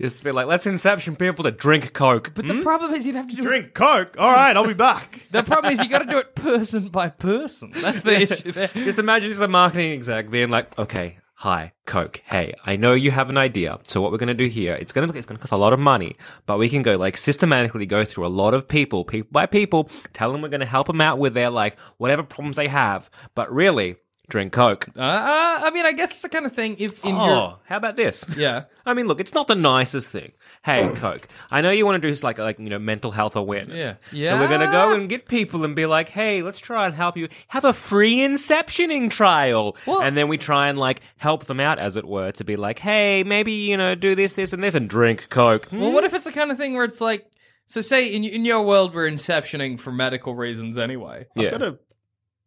Speaker 4: just to be like, let's inception people to drink coke.
Speaker 2: But the problem is you'd have to do it
Speaker 3: Drink Coke. All right, I'll be back.
Speaker 2: The problem is you got to do it person by person. That's the issue there.
Speaker 4: just imagine it's a marketing exec being like, okay, hi, coke, hey, I know you have an idea, so what we're gonna do here, it's gonna it's gonna cost a lot of money, but we can go like systematically go through a lot of people, people by people, tell them we're gonna help them out with their like whatever problems they have, but really, drink coke.
Speaker 2: Uh, uh, I mean, I guess it's the kind of thing if in
Speaker 4: oh,
Speaker 2: your
Speaker 4: how about this?
Speaker 2: Yeah.
Speaker 4: I mean, look, it's not the nicest thing. Hey, Coke, I know you want to do like like you know mental health awareness.
Speaker 2: Yeah.
Speaker 4: So we're gonna
Speaker 2: Yeah.
Speaker 4: go and get people and be like, hey, let's try and help you have a free inceptioning trial,
Speaker 2: Well-
Speaker 4: and then we try and like help them out, as it were, to be like, hey, maybe you know do this, this, and this, and drink Coke.
Speaker 3: Mm.
Speaker 2: well, what if it's the kind of thing where it's like, so say in in your world we're inceptioning for medical reasons anyway.
Speaker 4: yeah.
Speaker 3: I got a,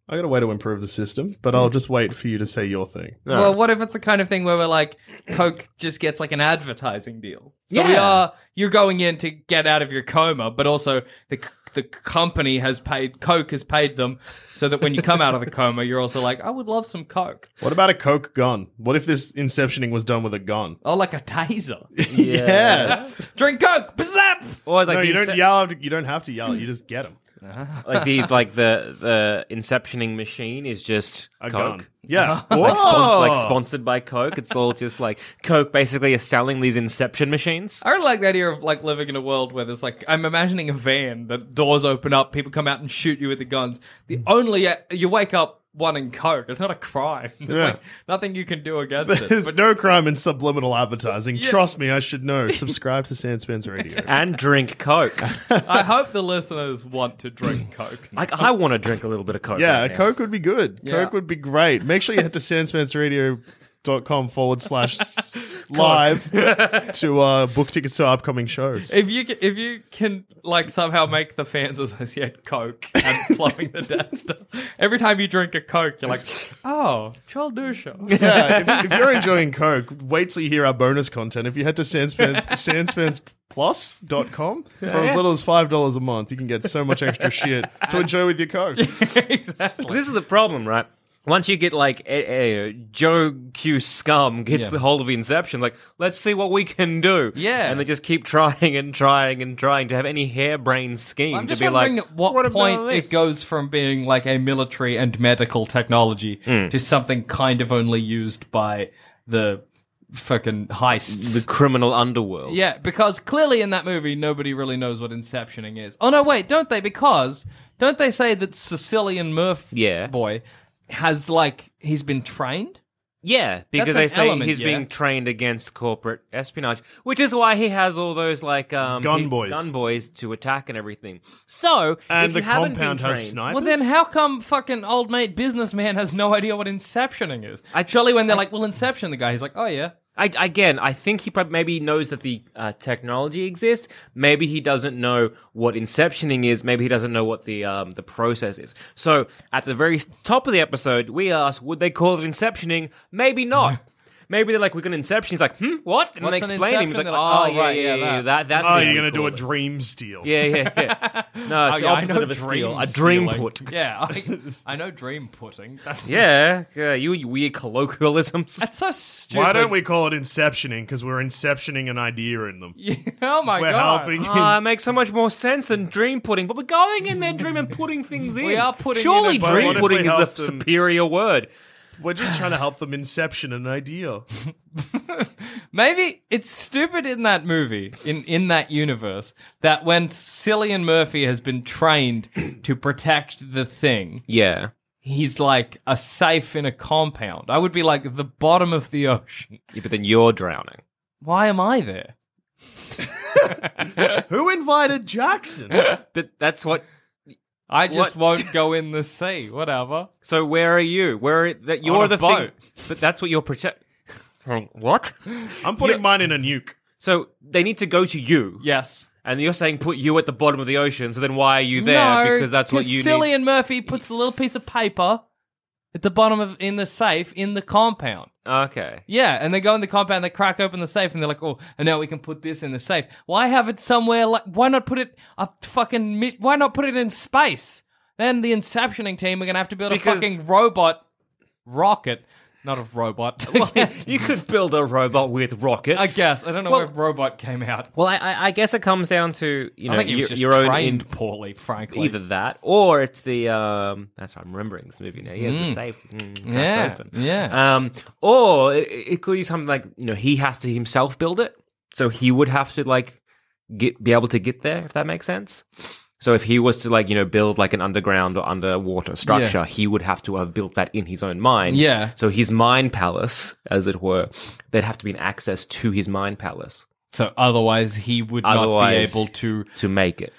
Speaker 3: I got a way to improve the system, but I'll just wait for you to say your thing.
Speaker 2: Well, what if it's the kind of thing where we're like, Coke just gets like an advertising deal? So we
Speaker 4: Yeah.
Speaker 2: are you're going in to get out of your coma, but also the c- the company has paid Coke has paid them, so that when you come out of the coma, you're also like, I would love some Coke.
Speaker 3: What about a Coke gun? What if this inceptioning was done with a gun?
Speaker 2: Oh, like a taser.
Speaker 3: Yes.
Speaker 2: Drink Coke. Bzap.
Speaker 4: Or like
Speaker 3: no,
Speaker 4: the
Speaker 3: you don't
Speaker 4: ince-
Speaker 3: yell. You don't have to yell. You just get them.
Speaker 4: like the like the the inceptioning machine is just
Speaker 3: A
Speaker 4: Coke.
Speaker 3: gun. Yeah. Whoa.
Speaker 4: Like, spon- like sponsored by Coke. It's all just like Coke basically is selling these inception machines.
Speaker 2: I really like the idea of like living in a world where there's like I'm imagining a van that doors open up, people come out and shoot you with the guns. The
Speaker 3: Hmm.
Speaker 2: only uh, you wake up one in coke. It's not a crime. There's
Speaker 3: Yeah.
Speaker 2: like nothing you can do against it.
Speaker 3: There's
Speaker 2: But
Speaker 3: no crime in subliminal advertising. Trust me, I should know. Subscribe to Sandspans Radio.
Speaker 4: And drink Coke.
Speaker 2: I hope the listeners want to drink coke.
Speaker 4: like I want to drink a little bit of Coke.
Speaker 3: Yeah, a
Speaker 4: right now.
Speaker 3: Coke would be good.
Speaker 2: Yeah.
Speaker 3: Coke would be great. Make sure you head to sandspansradio.com forward slash s- live to uh, book tickets to our upcoming shows.
Speaker 2: If you ca- if you can like somehow make the fans associate Coke and plumbing the death star, every time you drink a Coke, you're like, oh, Charles Dusha.
Speaker 3: Yeah, if, if you're enjoying Coke, wait till you hear our bonus content. If you head to Sandspan, sandspansplus.com for as little as $5 a month, you can get so much extra shit to enjoy with your Coke.
Speaker 4: Well, This is the problem, right? Once you get like a, a Joe Q scum gets the whole of Inception, like let's see what we can do.
Speaker 2: Yeah.
Speaker 4: and they just keep trying and trying and trying to have any harebrained scheme
Speaker 2: I'm just
Speaker 4: to be like,
Speaker 2: wondering at what,
Speaker 4: about
Speaker 2: point
Speaker 4: this?"
Speaker 2: it goes from being like a military and medical technology to something kind of only used by the fucking heists.
Speaker 4: the criminal underworld.
Speaker 2: Yeah, because clearly in that movie, nobody really knows what inceptioning is. Oh no, wait, don't they? Because don't they say that Sicilian Murph
Speaker 4: Yeah.
Speaker 2: boy has like he's been trained?
Speaker 4: Yeah,
Speaker 2: That's
Speaker 4: because
Speaker 2: an
Speaker 4: they say
Speaker 2: element,
Speaker 4: he's
Speaker 2: yeah.
Speaker 4: being trained against corporate espionage, which is why he has all those like um,
Speaker 3: Gun
Speaker 4: he-
Speaker 3: boys.
Speaker 4: gun boys to attack and everything. So
Speaker 3: And
Speaker 4: if
Speaker 3: the
Speaker 4: you haven't
Speaker 3: compound
Speaker 4: been
Speaker 3: has
Speaker 4: trained-
Speaker 3: snipers.
Speaker 2: Well, then how come fucking old mate businessman has no idea what inceptioning is? I, Surely when they're like, "Well, inception," the guy he's like, "Oh yeah."
Speaker 4: I, again, I think he prob- maybe knows that the uh, technology exists. Maybe he doesn't know what inceptioning is. Maybe he doesn't know what the um, the process is. So at the very top of the episode, we asked, would they call it inceptioning? Maybe not. maybe they're like, we're going to inception. He's like, hmm, what? And
Speaker 2: What's
Speaker 4: they
Speaker 2: an
Speaker 4: explain him. He's like,
Speaker 2: inception? They're
Speaker 4: oh, yeah, yeah, yeah,
Speaker 2: that.
Speaker 4: that, that
Speaker 3: Oh,
Speaker 4: thing
Speaker 3: you're
Speaker 4: we
Speaker 3: going to do
Speaker 4: call
Speaker 3: a
Speaker 4: it."
Speaker 3: dream steal.
Speaker 4: Yeah, yeah, yeah. No, it's the
Speaker 2: I, I
Speaker 4: opposite
Speaker 2: know
Speaker 4: of a
Speaker 2: dream
Speaker 4: steal. A dream
Speaker 2: stealing.
Speaker 4: put.
Speaker 2: Yeah, I, I know dream putting. That's
Speaker 4: Yeah, yeah, you, you weird colloquialisms.
Speaker 2: that's so stupid.
Speaker 3: Why don't we call it inceptioning? Because we're inceptioning an idea in them.
Speaker 2: oh my
Speaker 3: we're
Speaker 2: god! Uh,
Speaker 3: helping.
Speaker 4: Ah, it makes so much more sense than dream pudding. But we're going in there, dream and putting things in.
Speaker 2: We are putting
Speaker 4: Surely
Speaker 2: in a-
Speaker 3: But what
Speaker 4: dream
Speaker 3: if
Speaker 4: pudding
Speaker 3: we
Speaker 4: is the
Speaker 3: help them-
Speaker 4: superior word.
Speaker 3: We're just trying to help them inception an idea.
Speaker 2: Maybe it's stupid in that movie, in, in that universe, that when Cillian Murphy has been trained to protect the thing,
Speaker 4: Yeah.
Speaker 2: he's like a safe in a compound. I would be like the bottom of the ocean.
Speaker 4: but then you're drowning.
Speaker 2: Why am I there?
Speaker 3: Who invited Jackson?
Speaker 4: But that's what.
Speaker 2: I just
Speaker 4: What?
Speaker 2: won't go in the sea. Whatever.
Speaker 4: So where are you? Where are, that you're
Speaker 2: a
Speaker 4: the
Speaker 2: boat.
Speaker 4: thing. But that's what you're protect. What?
Speaker 3: I'm putting mine in a nuke.
Speaker 4: So they need to go to you,
Speaker 2: Yes.
Speaker 4: and you're saying put you at the bottom of the ocean. So then why are you there?
Speaker 2: no,
Speaker 4: because that's what you
Speaker 2: Cillian
Speaker 4: need.
Speaker 2: Murphy puts the little piece of paper at the bottom of in the safe in the compound.
Speaker 4: Okay.
Speaker 2: Yeah, and they go in the compound, they crack open the safe, and they're like, "Oh, and now we can put this in the safe. Why have it somewhere? Like, why not put it up? Fucking, mi- why not put it in space? Then the inceptioning team are gonna have to build
Speaker 4: Because-
Speaker 2: a fucking robot rocket, not a robot.
Speaker 4: you could build a robot with rockets.
Speaker 2: I guess I don't know
Speaker 4: Well-
Speaker 2: where robot came out.
Speaker 4: Well, I- I, I guess it comes down to you know
Speaker 2: I think it was
Speaker 4: your,
Speaker 2: just
Speaker 4: your own
Speaker 2: trained
Speaker 4: in-
Speaker 2: poorly, frankly.
Speaker 4: either that or it's the um that's i'm remembering this movie now yeah the safe mm, that's
Speaker 2: Hmm. Yeah,
Speaker 4: open.
Speaker 2: yeah.
Speaker 4: um or it, it could be something like you know he has to himself build it so he would have to like get be able to get there if that makes sense so if he was to like you know build like an underground or underwater structure he would have to have built that in his own mind
Speaker 2: Yeah.
Speaker 4: so his mind palace as it were there'd have to be an access to his mind palace
Speaker 2: So otherwise, he would not
Speaker 4: Otherwise-
Speaker 2: be able to.
Speaker 4: to make it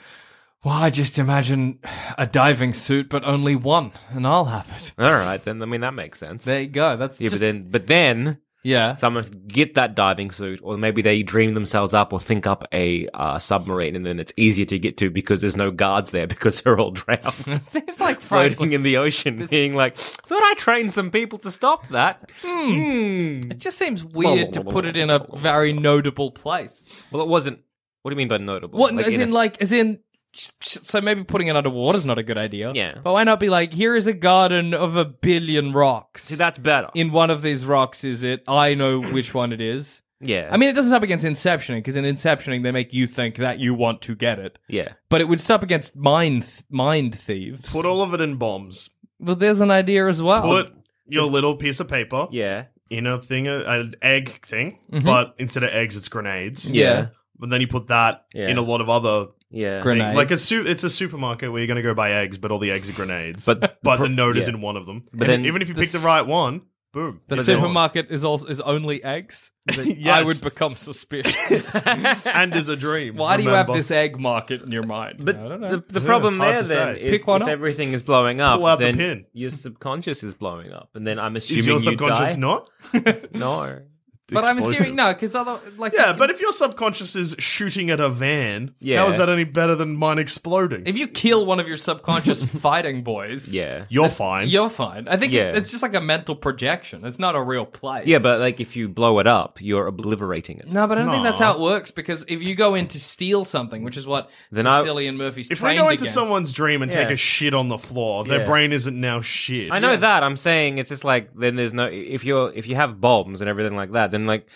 Speaker 2: Well, I just imagine a diving suit, but only one, and I'll have it.
Speaker 4: all right then i mean that makes sense
Speaker 2: There you go. That's
Speaker 4: yeah,
Speaker 2: just,
Speaker 4: but then, but then
Speaker 2: yeah.
Speaker 4: someone could get that diving suit, or maybe they dream themselves up or think up a uh, submarine, and then it's easier to get to because there's no guards there because they're all drowned,
Speaker 2: Seems like Franklin.
Speaker 4: floating in the ocean, being like, "Thought I trained some people to stop that."
Speaker 2: It just seems weird to put it in a very notable place.
Speaker 4: Well, it wasn't. What do you mean by notable?
Speaker 2: What
Speaker 4: Like,
Speaker 2: as in,
Speaker 4: a-
Speaker 2: like as in so maybe putting it underwater is not a good idea.
Speaker 4: Yeah.
Speaker 2: But why not be like, here is a garden of a billion rocks.
Speaker 4: See, that's better.
Speaker 2: in one of these rocks is it? I know which one it is.
Speaker 4: yeah.
Speaker 2: I mean, it doesn't up against inceptioning because in inceptioning they make you think that you want to get it,
Speaker 4: yeah.
Speaker 2: but it would stop against mind th- mind thieves.
Speaker 3: Put all of it in bombs.
Speaker 2: well, there's an idea as well.
Speaker 3: Put your little piece of paper
Speaker 4: Yeah.
Speaker 3: in a thing, a, an egg thing,
Speaker 2: Mm-hmm.
Speaker 3: but instead of eggs, it's grenades.
Speaker 2: yeah,
Speaker 3: But then you put that
Speaker 4: Yeah.
Speaker 3: in a lot of other
Speaker 4: Yeah.
Speaker 2: Grenade.
Speaker 3: things. Like a su- it's a supermarket where you're going to go buy eggs, but all the eggs are grenades.
Speaker 4: But-
Speaker 3: but the note is
Speaker 4: yeah.
Speaker 3: in one of them.
Speaker 4: But
Speaker 3: But
Speaker 4: then
Speaker 3: even if you
Speaker 2: the
Speaker 3: pick the
Speaker 2: s-
Speaker 3: right one, boom.
Speaker 2: the
Speaker 3: It's gone.
Speaker 2: supermarket is also is only eggs.
Speaker 3: Yes.
Speaker 2: I would become suspicious.
Speaker 3: and is a dream.
Speaker 2: Why do you have
Speaker 3: remember.
Speaker 2: this egg market in your mind?
Speaker 4: But
Speaker 2: I don't know.
Speaker 4: the, the problem
Speaker 3: hard
Speaker 4: there
Speaker 3: to
Speaker 4: then
Speaker 3: say.
Speaker 4: is
Speaker 2: Pick one
Speaker 4: if
Speaker 2: up.
Speaker 4: everything is blowing up,
Speaker 3: Pull out the
Speaker 4: then
Speaker 3: pin.
Speaker 4: your subconscious is blowing up, and then I'm assuming
Speaker 3: Is your
Speaker 4: you
Speaker 3: subconscious
Speaker 4: die.
Speaker 3: not?
Speaker 4: No,
Speaker 2: but I'm
Speaker 3: Explosive.
Speaker 2: assuming no, because other like
Speaker 3: Yeah, but if your subconscious is shooting at a van,
Speaker 4: Yeah.
Speaker 3: how is that any better than mine exploding?
Speaker 2: if you kill one of your subconscious fighting boys,
Speaker 4: yeah,
Speaker 3: You're fine.
Speaker 2: You're fine. I think it-
Speaker 4: Yeah.
Speaker 2: it's just like a mental projection. It's not a real place.
Speaker 4: yeah, but like if you blow it up, you're obliterating it.
Speaker 2: no, but I don't think that's how it works because if you go in to steal something, which is what
Speaker 4: Then I-
Speaker 2: Cecilia and Murphy's
Speaker 3: if we
Speaker 2: trained
Speaker 3: go into
Speaker 2: against-
Speaker 3: someone's dream and
Speaker 4: Yeah.
Speaker 3: take a shit on the floor, their
Speaker 4: Yeah.
Speaker 3: brain isn't now shit.
Speaker 4: I know that. I'm saying it's just like then there's no if you're if you have bombs and everything like that, then like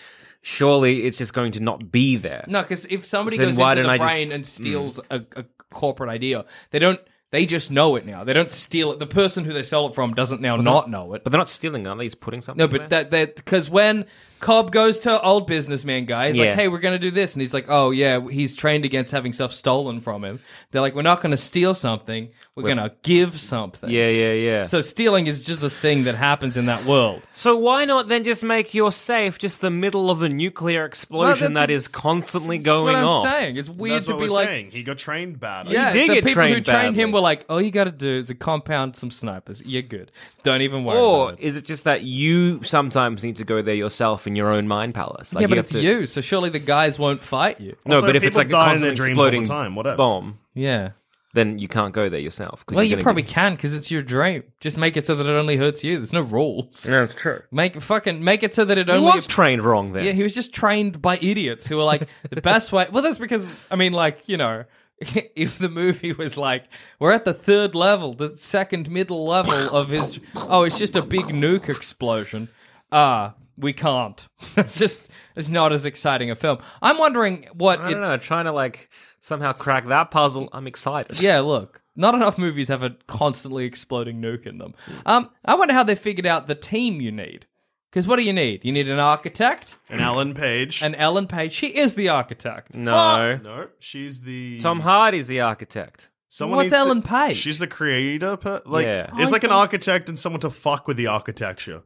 Speaker 4: surely it's just going to not be there.
Speaker 2: no, because if somebody
Speaker 4: Then
Speaker 2: goes
Speaker 4: why
Speaker 2: into the
Speaker 4: don't I just- Mm.
Speaker 2: brain and steals a, a corporate idea, they don't. They just know it now. They don't steal it. The person who they stole it from doesn't now not know it.
Speaker 4: But they're not stealing, are they? He's putting something.
Speaker 2: No,
Speaker 4: there.
Speaker 2: but that that because when Cobb goes to old businessman guy, he's
Speaker 4: Yeah.
Speaker 2: like, "Hey, we're gonna do this," and he's like, "Oh yeah, he's trained against having stuff stolen from him." They're like, "We're not gonna steal something. We're, gonna give something."
Speaker 4: yeah, yeah, yeah.
Speaker 2: So stealing is just a thing that happens in that world.
Speaker 4: So why not then just make your safe just the middle of a nuclear explosion
Speaker 2: that's-
Speaker 4: that is constantly
Speaker 2: That's
Speaker 4: going
Speaker 2: what I'm
Speaker 4: off?
Speaker 2: saying it's weird
Speaker 3: That's
Speaker 2: to
Speaker 3: what
Speaker 2: be
Speaker 3: we're
Speaker 2: like,
Speaker 3: saying. He got trained bad.
Speaker 2: yeah.
Speaker 4: did
Speaker 2: the
Speaker 4: get
Speaker 2: people who
Speaker 4: trained
Speaker 2: trained him
Speaker 4: badly.
Speaker 2: were like, "All you got to do is a compound some snipers. You're good. Don't even worry."
Speaker 4: Or
Speaker 2: about it.
Speaker 4: is it just that you sometimes need to go there yourself in your own mind palace? Like
Speaker 2: yeah, but
Speaker 4: have
Speaker 2: it's
Speaker 4: to-
Speaker 2: you, so surely the guys won't fight you.
Speaker 4: No,
Speaker 3: Also,
Speaker 4: but if it's
Speaker 3: people
Speaker 4: like a
Speaker 3: die in their
Speaker 4: constant
Speaker 3: dreams all the
Speaker 4: exploding
Speaker 3: time, what else?
Speaker 4: bomb,
Speaker 2: Yeah.
Speaker 4: then you can't go there yourself. 'cause
Speaker 2: Well,
Speaker 4: you're
Speaker 2: you
Speaker 4: gonna
Speaker 2: probably
Speaker 4: get-
Speaker 2: can because it's your dream. Just make it so that it only hurts you. There's no rules.
Speaker 4: No, it's true.
Speaker 2: Make fucking make it so that it
Speaker 4: He
Speaker 2: only.
Speaker 4: was trained wrong then.
Speaker 2: yeah, he was just trained by idiots who were like the best way. Well, that's because I mean, like you know, if the movie was like we're at the third level, the second middle level of his. Oh, it's just a big nuke explosion. Ah, we can't. it's just it's not as exciting a film. I'm wondering what
Speaker 4: I
Speaker 2: it
Speaker 4: don't know. Trying to like somehow crack that puzzle. I'm excited.
Speaker 2: Yeah, look, not enough movies have a constantly exploding nuke in them. Um, I wonder how they figured out the team you need. Because what do you need? You need an architect
Speaker 3: And Alan Page.
Speaker 2: and Ellen Page. She is the architect.
Speaker 4: No.
Speaker 3: no, she's the
Speaker 4: Tom Hardy's the architect.
Speaker 3: Someone
Speaker 2: What's
Speaker 3: needs to-
Speaker 2: Ellen Page? Oh
Speaker 3: She's the creator. Per- like
Speaker 4: Yeah.
Speaker 3: it's like an architect and someone to fuck with the architecture.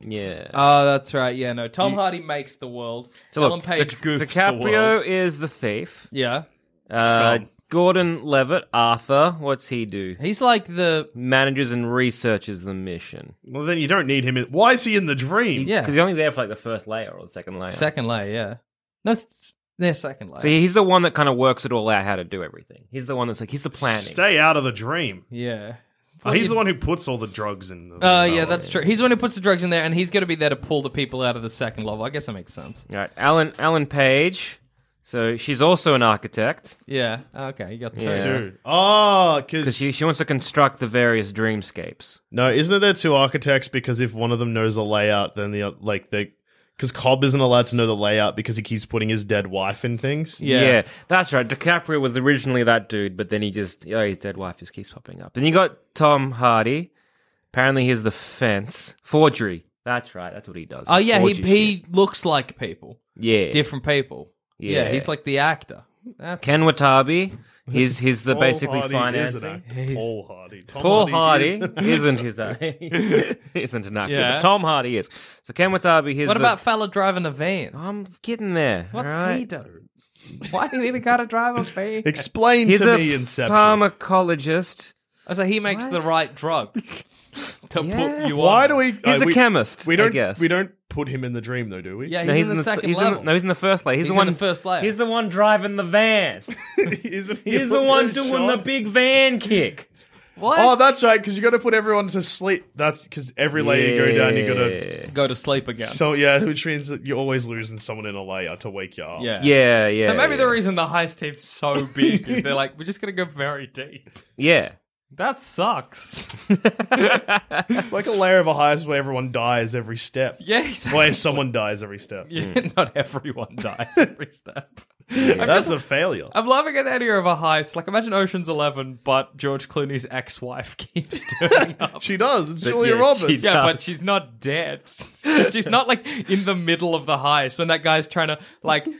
Speaker 4: Yeah.
Speaker 2: Oh, that's right. Yeah, no. Tom Hardy makes the world.
Speaker 4: so
Speaker 2: Ellen
Speaker 4: look,
Speaker 2: Page
Speaker 4: Di-
Speaker 2: goofs
Speaker 4: DiCaprio
Speaker 2: the world.
Speaker 4: is the thief.
Speaker 2: Yeah,
Speaker 4: Uh,
Speaker 3: Scum.
Speaker 4: Gordon Levitt, Arthur. What's he do?
Speaker 2: he's like the
Speaker 4: Manages and researches the mission.
Speaker 3: Well, then you don't need him. In- Why is he in the dream?
Speaker 2: yeah
Speaker 4: Because he's only there for like the first layer or the second layer.
Speaker 2: second layer. Yeah, no, th- they're second layer.
Speaker 4: So he's the one that kind of works it all out how to do everything. He's the one that's like he's the planning.
Speaker 3: Stay out of the dream.
Speaker 2: yeah,
Speaker 3: Oh, he's the one who puts all the drugs in. the
Speaker 2: Uh, yeah, that's true. He's the one who puts the drugs in there, and he's going to be there to pull the people out of the second level. I guess that makes sense.
Speaker 4: All right, Alan Alan Page. So she's also an architect
Speaker 2: Yeah. Okay, you got two.
Speaker 4: Yeah.
Speaker 3: Two. Oh,
Speaker 4: because
Speaker 3: because
Speaker 4: she she wants to construct the various dreamscapes.
Speaker 3: no, isn't there two architects? Because if one of them knows the layout, then the oth- like the because Cobb isn't allowed to know the layout because he keeps putting his dead wife in things.
Speaker 2: Yeah.
Speaker 4: that's right. DiCaprio was originally that dude, but then he just oh his dead wife just keeps popping up. And you got Tom Hardy. Apparently he's the fence forgery. That's right. That's what he does.
Speaker 2: Oh yeah, he
Speaker 4: Forges shit.
Speaker 2: he looks like people,
Speaker 4: yeah
Speaker 2: different people. Yeah.
Speaker 4: Yeah.
Speaker 2: he's like the actor. That's
Speaker 4: Ken Watabe. He's he's the
Speaker 3: Paul
Speaker 4: basically
Speaker 3: Hardy
Speaker 4: financing.
Speaker 3: is an actor. Paul Hardy. Tom
Speaker 4: Paul
Speaker 3: Hardy
Speaker 4: Hardy
Speaker 3: is-
Speaker 4: isn't his isn't an actor.
Speaker 2: Yeah.
Speaker 4: but Tom Hardy is. So Ken Watanabe is.
Speaker 2: what
Speaker 4: the-
Speaker 2: about fella driving a van?
Speaker 4: I'm getting there.
Speaker 2: What's
Speaker 4: all right?
Speaker 2: he do? Why do you need a car to drive a van?
Speaker 3: Explain
Speaker 4: He's
Speaker 3: to
Speaker 4: a
Speaker 3: me Inception.
Speaker 4: pharmacologist.
Speaker 2: Oh, so he makes the right drug to put you on.
Speaker 3: Why do we? He's
Speaker 4: a chemist,
Speaker 3: We
Speaker 4: I
Speaker 3: don't.
Speaker 4: guess.
Speaker 3: We don't put him in the dream though, do we?
Speaker 2: Yeah, he's,
Speaker 4: No,
Speaker 2: in the, second
Speaker 4: he's in the-
Speaker 2: level.
Speaker 4: no, he's in the first layer. He's,
Speaker 2: He's
Speaker 4: the one
Speaker 2: in the first layer.
Speaker 4: He's the one driving the van.
Speaker 3: isn't he?
Speaker 4: He's the one doing the big van kick.
Speaker 2: What?
Speaker 3: Oh, that's right. Because you got to put everyone to sleep. That's because every layer you go down, you got to.
Speaker 2: Go to sleep again.
Speaker 3: So yeah, which means that you're always losing someone in a layer to wake you up.
Speaker 2: yeah.
Speaker 4: Yeah, yeah.
Speaker 2: So maybe
Speaker 4: yeah.
Speaker 2: the reason the heist team's so big is they're like, we're just gonna go very deep.
Speaker 4: Yeah.
Speaker 2: That sucks.
Speaker 3: it's like a layer of a heist where everyone dies every step.
Speaker 2: yeah, exactly.
Speaker 3: Where someone dies every step.
Speaker 2: Yeah, not everyone dies every step. I'm,
Speaker 3: That's
Speaker 2: just,
Speaker 3: a failure.
Speaker 2: I'm loving an idea of a heist. Like imagine Ocean's Eleven, but George Clooney's ex-wife keeps turning up.
Speaker 3: She does. It's Julia
Speaker 4: yeah,
Speaker 3: Roberts.
Speaker 4: she-
Speaker 2: Yeah, but
Speaker 4: does.
Speaker 2: she's not dead. she's not like in the middle of the heist when that guy's trying to like c-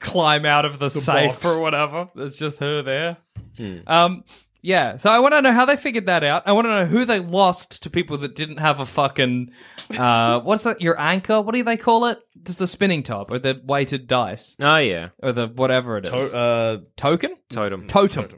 Speaker 2: climb out of the, safe
Speaker 3: box.
Speaker 2: or whatever. It's just her there.
Speaker 4: Hmm.
Speaker 2: Um, yeah. So I want to know how they figured that out. I want to know who they lost to people that didn't have a fucking uh, what's that? Your anchor? What do they call it? Just the spinning top or the weighted dice
Speaker 4: Oh, yeah.
Speaker 2: or the whatever it is.
Speaker 3: To- uh,
Speaker 2: Token?
Speaker 4: Totem.
Speaker 2: Totem.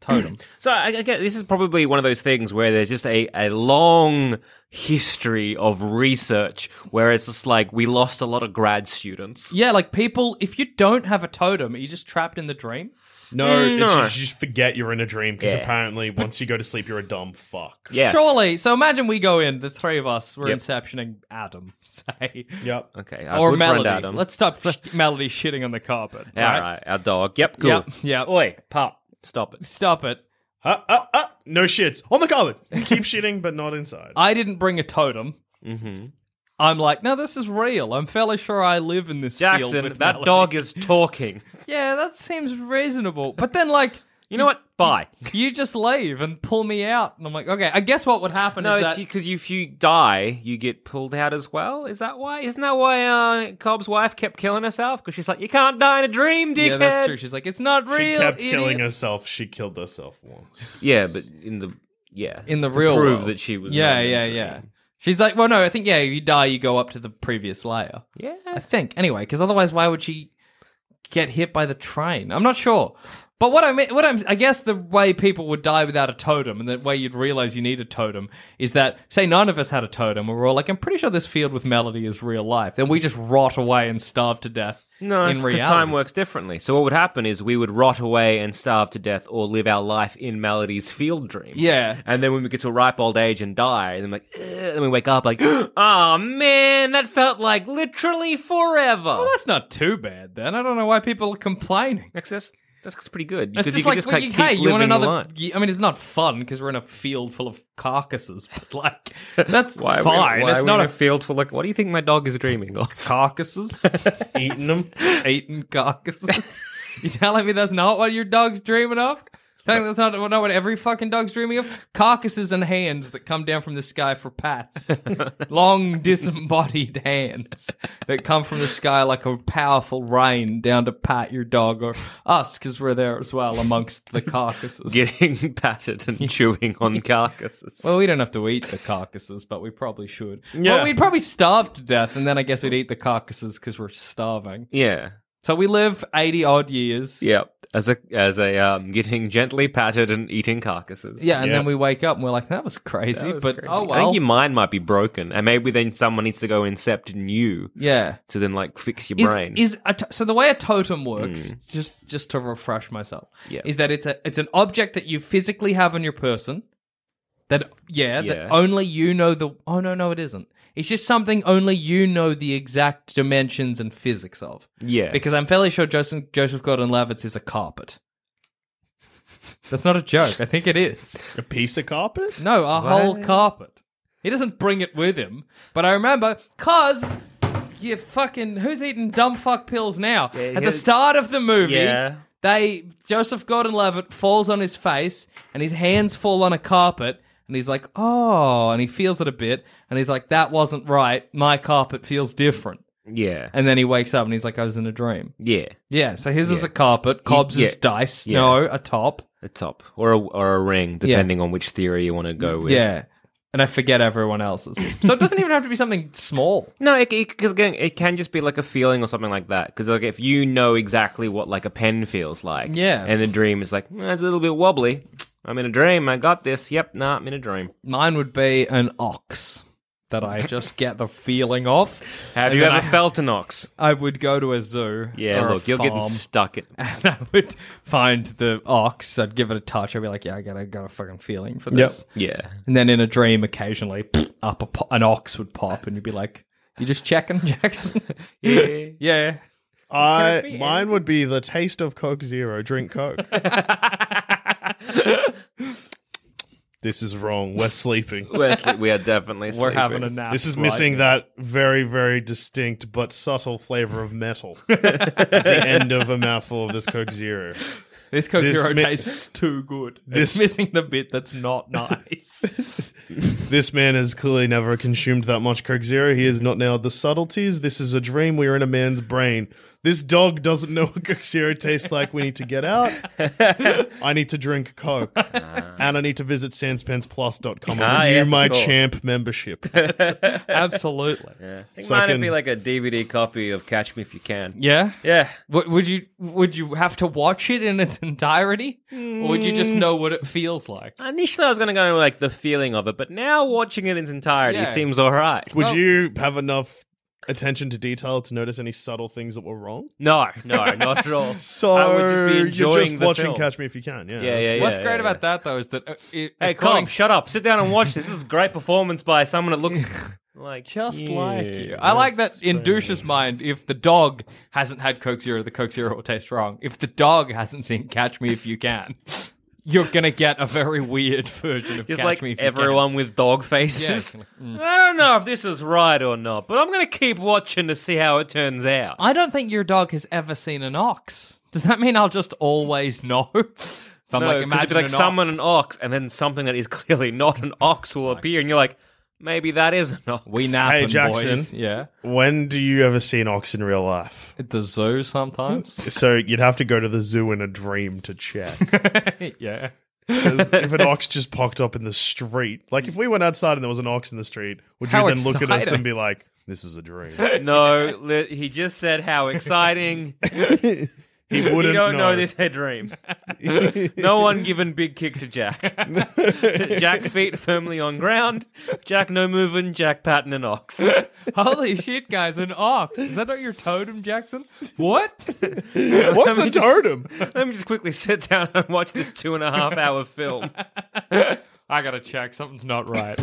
Speaker 2: Totem.
Speaker 4: So I, I get this is probably one of those things where there's just a, a long history of research where it's just like we lost a lot of grad students.
Speaker 2: yeah, like people. If you don't have a totem, are you just trapped in the dream?
Speaker 3: no, it's
Speaker 4: Mm, no.
Speaker 3: just, you just forget you're in a dream because
Speaker 4: Yeah.
Speaker 3: apparently once you go to sleep, you're a dumb fuck.
Speaker 4: Yes.
Speaker 2: Surely. So imagine we go in, the three of us, we're
Speaker 4: Yep.
Speaker 2: inceptioning Adam, say.
Speaker 3: Yep.
Speaker 4: Okay. Our
Speaker 2: Or
Speaker 4: good friend
Speaker 2: Melody.
Speaker 4: Adam.
Speaker 2: Let's stop sh- Melody shitting on the carpet.
Speaker 4: All right. Our dog. Yep. Cool.
Speaker 2: Yep, yep.
Speaker 4: Oi, pup. Stop it.
Speaker 2: Stop it.
Speaker 3: Uh, uh, uh, no shits. On the carpet. Keep shitting, but not inside.
Speaker 2: I didn't bring a totem.
Speaker 4: Mm-hmm.
Speaker 2: I'm like, no, this is real. I'm fairly sure I live in this field
Speaker 4: Jackson,
Speaker 2: with
Speaker 4: that
Speaker 2: Melody."
Speaker 4: dog is talking.
Speaker 2: Yeah, that seems reasonable. But then, like,
Speaker 4: You know what? Bye.
Speaker 2: you just leave and pull me out, and I'm like, okay. I guess what would happen
Speaker 4: No,
Speaker 2: is that
Speaker 4: it's because if you die, you get pulled out as well. Is that why? Isn't that why uh, Cobb's wife kept killing herself? Because she's like, you can't die in a dream, dickhead.
Speaker 2: yeah, that's true. She's like, it's not
Speaker 3: she
Speaker 2: real.
Speaker 3: kept
Speaker 2: idiot.
Speaker 3: killing herself. She killed herself once.
Speaker 4: Yeah, but in the yeah
Speaker 2: in the
Speaker 4: to
Speaker 2: real
Speaker 4: prove
Speaker 2: world.
Speaker 4: that she was.
Speaker 2: Yeah,
Speaker 4: not in
Speaker 2: yeah,
Speaker 4: the
Speaker 2: yeah.
Speaker 4: dream.
Speaker 2: She's like, well, no, I think yeah, if you die, you go up to the previous layer.
Speaker 4: yeah.
Speaker 2: I think anyway, because otherwise, why would she get hit by the train? I'm not sure. But what I mean, what I'm, I guess the way people would die without a totem, and the way you'd realize you need a totem, is that say none of us had a totem, and we're all like, I'm pretty sure this field with melody is real life. Then we just rot away and starve to death.
Speaker 4: No,
Speaker 2: in
Speaker 4: because
Speaker 2: reality,
Speaker 4: time works differently. So what would happen is we would rot away and starve to death, or live our life in Melody's field dream.
Speaker 2: Yeah.
Speaker 4: and then when we get to a ripe old age and die, and then like, "Ugh," and we wake up like, oh man, that felt like literally forever.
Speaker 2: Well, that's not too bad then. I don't know why people are complaining.
Speaker 4: that's that's, that's pretty
Speaker 2: It's
Speaker 4: good because
Speaker 2: just
Speaker 4: you
Speaker 2: like,
Speaker 4: can just
Speaker 2: well,
Speaker 4: like,
Speaker 2: you-
Speaker 4: keep
Speaker 2: hey, you want
Speaker 4: living the
Speaker 2: another?
Speaker 4: life.
Speaker 2: y- I mean, it's not fun because we're in a field full of carcasses, but like, that's
Speaker 4: Why are we-
Speaker 2: fine.
Speaker 4: why are
Speaker 2: it's
Speaker 4: we
Speaker 2: not
Speaker 4: in
Speaker 2: a
Speaker 4: a field full of. What do you think my dog is dreaming of?
Speaker 2: carcasses,
Speaker 3: Eating them.
Speaker 2: eating carcasses. you telling me that's not what your dog's dreaming of? Telling me that's not, not what every fucking dog's dreaming of? Carcasses and hands that come down from the sky for pats. Long disembodied hands that come from the sky like a powerful rain down to pat your dog or us because we're there as well amongst the carcasses.
Speaker 4: Getting patted and chewing on carcasses.
Speaker 2: Well, we don't have to eat the carcasses, but we probably should.
Speaker 3: Yeah.
Speaker 2: Well, we'd probably starve to death, and then I guess we'd eat the carcasses because we're starving.
Speaker 4: yeah,
Speaker 2: So we live 80 odd years.
Speaker 4: yeah. As a as a um, getting gently patted and eating carcasses.
Speaker 2: Yeah, and
Speaker 3: Yeah.
Speaker 2: then we wake up and we're like, that was crazy,
Speaker 4: That was
Speaker 2: but
Speaker 4: crazy.
Speaker 2: oh
Speaker 4: I
Speaker 2: well.
Speaker 4: think your mind might be broken, and maybe then someone needs to go incept in you
Speaker 2: yeah.
Speaker 4: to then like fix your
Speaker 2: Is,
Speaker 4: brain.
Speaker 2: is a to- so the way a totem works, just just to refresh myself,
Speaker 4: Hmm. Yeah.
Speaker 2: is that it's a it's an object that you physically have on your person. That yeah,
Speaker 4: Yeah.
Speaker 2: that only you know the oh no no it isn't. It's just something only you know the exact dimensions and physics of.
Speaker 4: yeah,
Speaker 2: Because I'm fairly sure Joseph Joseph Gordon Levitt is a carpet. That's not a joke. I think it is.
Speaker 3: A piece of carpet?
Speaker 2: No, a whole carpet. He doesn't bring it with him. But I remember, cause you fucking who's eating dumb fuck pills now? At the
Speaker 4: yeah.
Speaker 2: start of the movie,
Speaker 4: Yeah.
Speaker 2: they Joseph Gordon-Levitt falls on his face, and his hands fall on a carpet. And he's like, oh, and he feels it a bit. And he's like, that wasn't right. My carpet feels different.
Speaker 4: yeah,
Speaker 2: And then he wakes up and he's like, I was in a dream.
Speaker 4: yeah.
Speaker 2: Yeah, so his is a carpet, Cobb's is
Speaker 4: yeah.
Speaker 2: dice,
Speaker 4: Yeah.
Speaker 2: no, a top.
Speaker 4: A top or a or a ring, depending on which theory you want to go with.
Speaker 2: Yeah. And I forget everyone else's. so it doesn't even have to be something small.
Speaker 4: No, it because it, 'cause again, it can just be like a feeling or something like that. Because like if you know exactly what like a pen feels like,
Speaker 2: Yeah.
Speaker 4: and a dream is like "Mm, it's a little bit wobbly. I'm in a dream. I got this. Yep, nah, I'm in a dream.
Speaker 2: Mine would be an ox. that I just get the feeling of.
Speaker 4: Have
Speaker 2: And
Speaker 4: you
Speaker 2: then
Speaker 4: ever
Speaker 2: I,
Speaker 4: felt an ox?
Speaker 2: I would go to a zoo.
Speaker 4: Yeah,
Speaker 2: or a
Speaker 4: look, you're getting
Speaker 2: farm,
Speaker 4: stuck. In-
Speaker 2: and I would find the ox. I'd give it a touch. I'd be like, yeah, I got, I got a fucking feeling for
Speaker 3: Yep.
Speaker 2: this.
Speaker 4: yeah.
Speaker 2: And then in a dream, occasionally, up a po- an ox would pop, and you'd be like, "You just checking, Jackson?
Speaker 4: Yeah.
Speaker 2: yeah,
Speaker 3: I mine would be the taste of Coke Zero. Drink Coke. this is wrong. We're sleeping.
Speaker 4: We're sleep- we are definitely
Speaker 2: we're
Speaker 4: sleeping.
Speaker 2: having a nap."
Speaker 3: This is
Speaker 2: right
Speaker 3: missing
Speaker 2: now.
Speaker 3: that very, very distinct but subtle flavor of metal at the end of a mouthful of this Coke Zero.
Speaker 2: This Coke
Speaker 3: this
Speaker 2: Zero
Speaker 3: mi-
Speaker 2: tastes too good.
Speaker 3: This-
Speaker 2: It's missing the bit that's not nice.
Speaker 3: This man has clearly never consumed that much Coke Zero. He has not nailed the subtleties. This is a dream. We are in a man's brain. This dog doesn't know what Coke Zero tastes like. We need to get out. I need to drink Coke. and I need to visit sanspensplus.com and
Speaker 4: Ah,
Speaker 3: renew
Speaker 4: yes, of
Speaker 3: my
Speaker 4: course.
Speaker 3: champ membership.
Speaker 2: Absolutely.
Speaker 4: Yeah. I think
Speaker 3: So I
Speaker 4: mine
Speaker 3: can-
Speaker 4: would be like a DVD copy of Catch Me If You Can.
Speaker 2: Yeah.
Speaker 4: Yeah.
Speaker 2: Would would you would you have to watch it in its entirety, or would you just know what it feels like?
Speaker 4: Initially, I was going to go with like the feeling of it, but now watching it in its entirety
Speaker 2: Yeah.
Speaker 4: seems all right.
Speaker 3: Would
Speaker 2: Well-
Speaker 3: you have enough attention to detail to notice any subtle things that were wrong?
Speaker 4: No, no, not at all.
Speaker 3: So
Speaker 4: I would just be
Speaker 3: you're
Speaker 4: enjoying
Speaker 3: just
Speaker 4: the
Speaker 3: watching
Speaker 4: film.
Speaker 3: Catch Me If You Can. Yeah,
Speaker 4: Yeah,
Speaker 3: that's-
Speaker 4: yeah, yeah.
Speaker 2: What's
Speaker 4: yeah,
Speaker 2: great
Speaker 4: yeah.
Speaker 2: about that though is that uh, it,
Speaker 4: Hey,
Speaker 2: according-
Speaker 4: Colm, shut up. Sit down and watch this. This is a great performance by someone that looks like
Speaker 2: just
Speaker 4: you.
Speaker 2: like you. I like that in Douche's mind. If the dog hasn't had Coke Zero, the Coke Zero will taste wrong. If the dog hasn't seen Catch Me If You Can, you're gonna get a very weird version of
Speaker 4: Just
Speaker 2: Catch
Speaker 4: like
Speaker 2: Me If
Speaker 4: everyone with dog faces.
Speaker 2: mm.
Speaker 4: I don't know if this is right or not, but I'm going to keep watching to see how it turns out.
Speaker 2: I don't think your dog has ever seen an ox. Does that mean I'll just always know? if I'm like,
Speaker 4: No, 'cause it'd be
Speaker 2: imagine
Speaker 4: like
Speaker 2: an
Speaker 4: someone an ox, and then something that is clearly not an ox will appear, and you're like, maybe that is an ox.
Speaker 2: ox. we napping
Speaker 3: Hey, Jackson.
Speaker 2: boys. Yeah,
Speaker 3: When do you ever see an ox in real life?
Speaker 2: at the zoo sometimes.
Speaker 3: So you'd have to go to the zoo in a dream to check.
Speaker 2: yeah.
Speaker 3: 'Cause if an ox just popped up in the street, like if we went outside and there was an ox in the street, would you
Speaker 2: How
Speaker 3: then look at us
Speaker 2: exciting.
Speaker 3: and be like, "This is a dream"?
Speaker 4: No, li- he just said how exciting.
Speaker 3: He wouldn't
Speaker 4: you don't know this head dream. no one giving big kick to Jack. Jack feet firmly on ground. Jack no moving. Jack patting an ox.
Speaker 2: Holy shit, guys! An ox. Is that not your totem, Jackson? What?
Speaker 3: What's a totem?
Speaker 4: Let me just quickly sit down and watch this two and a half hour film.
Speaker 2: I gotta check. Something's not right.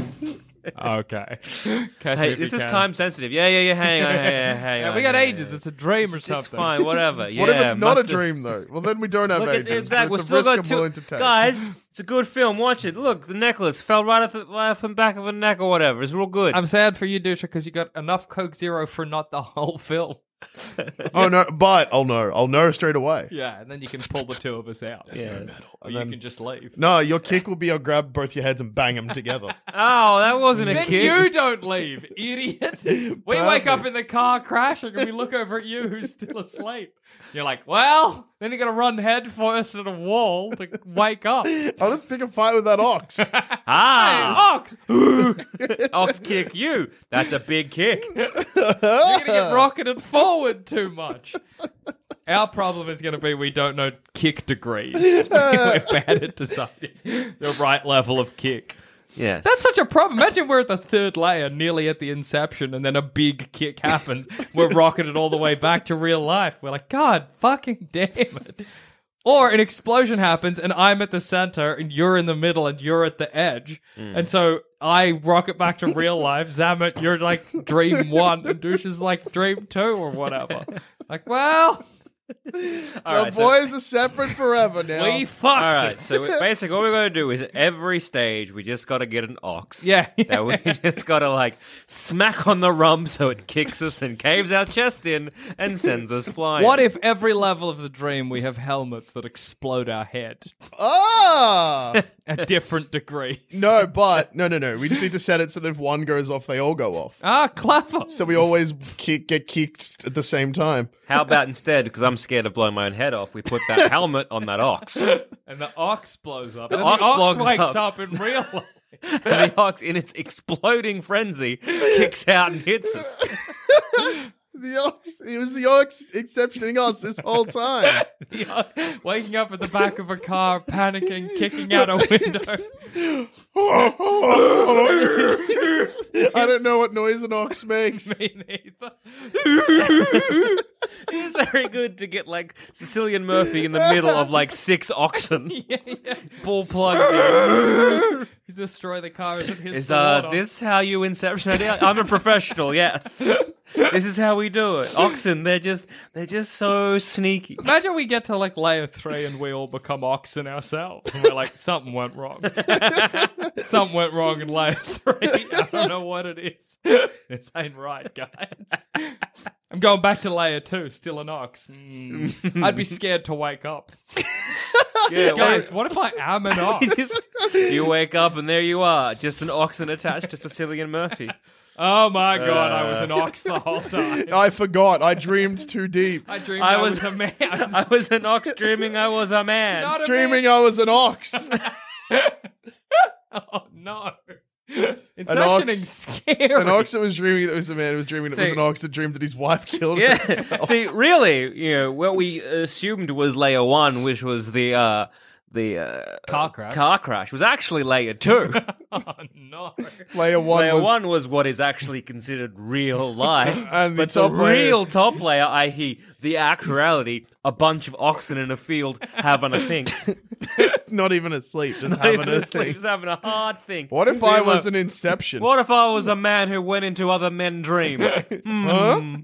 Speaker 2: okay. Catch me
Speaker 4: Hey,
Speaker 2: if
Speaker 4: this
Speaker 2: you
Speaker 4: is
Speaker 2: can.
Speaker 4: time sensitive. Yeah, yeah, yeah. Hang on, hang on, hang
Speaker 2: Yeah,
Speaker 4: on,
Speaker 2: we got
Speaker 4: hang on.
Speaker 2: ages. It's a dream or something.
Speaker 4: It's fine, whatever. Yeah,
Speaker 3: what if it's not a
Speaker 4: must've-
Speaker 3: dream though? Well, then we don't have
Speaker 4: Look at
Speaker 3: agents.
Speaker 4: exactly.
Speaker 3: but
Speaker 4: We're
Speaker 3: It's
Speaker 4: still
Speaker 3: a risk
Speaker 4: got
Speaker 3: I'm
Speaker 4: two
Speaker 3: willing to take.
Speaker 4: guys. It's a good film. Watch it. Look, the necklace fell right off, the, right off the back of her neck or whatever. It's real good.
Speaker 2: I'm sad for you, Dusha, because you got enough Coke Zero for not the whole film.
Speaker 3: Oh no, but I'll know. I'll know straight away.
Speaker 2: Yeah, and then you can pull the two of us out. yeah. Or you can just leave.
Speaker 3: No, your kick will be I'll grab both your heads and bang them together.
Speaker 4: oh, that wasn't a
Speaker 2: Then
Speaker 4: kid.
Speaker 2: you don't leave, idiot. We wake up in the car crashing and we look over at you who's still asleep. You're like, well, then you gotta run headfirst at a wall to wake up. Hey,
Speaker 3: I'll just Oh, pick a fight with that ox.
Speaker 4: ah,
Speaker 2: ox! You're
Speaker 4: ox kick you. That's a big kick.
Speaker 2: gonna get rocketed forward too much. Our problem is gonna be we don't know kick degrees. We're bad at deciding the right level of kick.
Speaker 4: Yes.
Speaker 2: That's such a problem. Imagine we're at the third layer, nearly at the inception, and then a big kick happens. we're rocketed all the way back to real life. We're like, God fucking damn it. Or an explosion happens, and I'm at the center, and you're in the middle, and you're at the edge. And so I rocket back to real life. Zamet, you're like dream one, and Douche is like dream two or whatever. Like, well,
Speaker 4: all
Speaker 3: the
Speaker 4: right. so-
Speaker 3: boys are separate forever now.
Speaker 2: we fucked.
Speaker 4: all
Speaker 2: it.
Speaker 4: right, so we- basically, all we got to do is at every stage, we just got to get an ox.
Speaker 2: Yeah.
Speaker 4: that we just got to like smack on the rum so it kicks us and caves our chest in and sends us flying.
Speaker 2: What if every level of the dream we have helmets that explode our head
Speaker 3: ah.
Speaker 2: at different degrees?
Speaker 3: No, but no, no, no. We just need to set it so that if one goes off, they all go off.
Speaker 2: Ah, clever.
Speaker 3: So we always kick, get kicked at the same time.
Speaker 4: How about instead, because I'm scared of blowing my own head off, we put that helmet on that ox. And
Speaker 2: And the ox blows up. and then
Speaker 4: ox
Speaker 2: the ox
Speaker 4: blows
Speaker 2: wakes up.
Speaker 4: up.
Speaker 2: in real life.
Speaker 4: the ox, in its exploding frenzy, kicks out and hits us.
Speaker 3: the ox. He was the ox exceptioning us this whole time.
Speaker 2: Waking up at the back of a car, panicking, kicking out a window.
Speaker 3: I don't know what noise an ox makes.
Speaker 2: Me neither.
Speaker 4: It's very good to get like Sicilian Murphy in the middle of like six oxen.
Speaker 2: Yeah, yeah. Ball plug. He's destroy the car. as it hits
Speaker 4: Is
Speaker 2: the
Speaker 4: uh,
Speaker 2: water.
Speaker 4: this how you inception idea? I'm a professional, yes. This is how we do it. Oxen, they're just they're just so sneaky.
Speaker 2: Imagine we get to like layer three and we all become oxen ourselves. And we're like, something went wrong. something went wrong in layer three. I don't know what it is. This ain't right, guys. I'm going back to layer two, still an ox. Mm. I'd be scared to wake up.
Speaker 4: Yeah,
Speaker 2: Guys, what if I am an ox?
Speaker 4: just, you wake up and there you are, just an oxen attached to Sicilian Murphy.
Speaker 2: Oh my god, I was
Speaker 3: Uh.
Speaker 2: an ox the whole time.
Speaker 3: I forgot. I dreamed too deep.
Speaker 2: I dreamed
Speaker 4: I
Speaker 2: I,
Speaker 4: was-
Speaker 2: was, a man. I was
Speaker 4: I was an ox dreaming I was a man.
Speaker 2: not a
Speaker 3: Dreaming
Speaker 2: man.
Speaker 3: I was an ox.
Speaker 2: Oh no.
Speaker 3: ox-
Speaker 2: Inceptioning scary.
Speaker 3: An ox that was dreaming that was a man who was dreaming that was
Speaker 4: See-
Speaker 3: an ox that dreamed that his wife killed
Speaker 4: Yeah.
Speaker 3: herself.
Speaker 4: See, really, you know, what we assumed was layer one, which was the uh, the uh,
Speaker 2: Car crash.
Speaker 4: car crash, was actually layer two.
Speaker 2: Oh no.
Speaker 3: Layer one
Speaker 4: layer
Speaker 3: was
Speaker 4: one was what is actually considered real life,
Speaker 3: And the
Speaker 4: but the
Speaker 3: top layer-
Speaker 4: real top layer, i.e., the actuality, a bunch of oxen in a field having a thing,
Speaker 3: not even asleep, just having a sleep.
Speaker 4: He's having a hard thing.
Speaker 3: What if I was an inception?
Speaker 4: What if I was a man who went into other men dream? Hmm.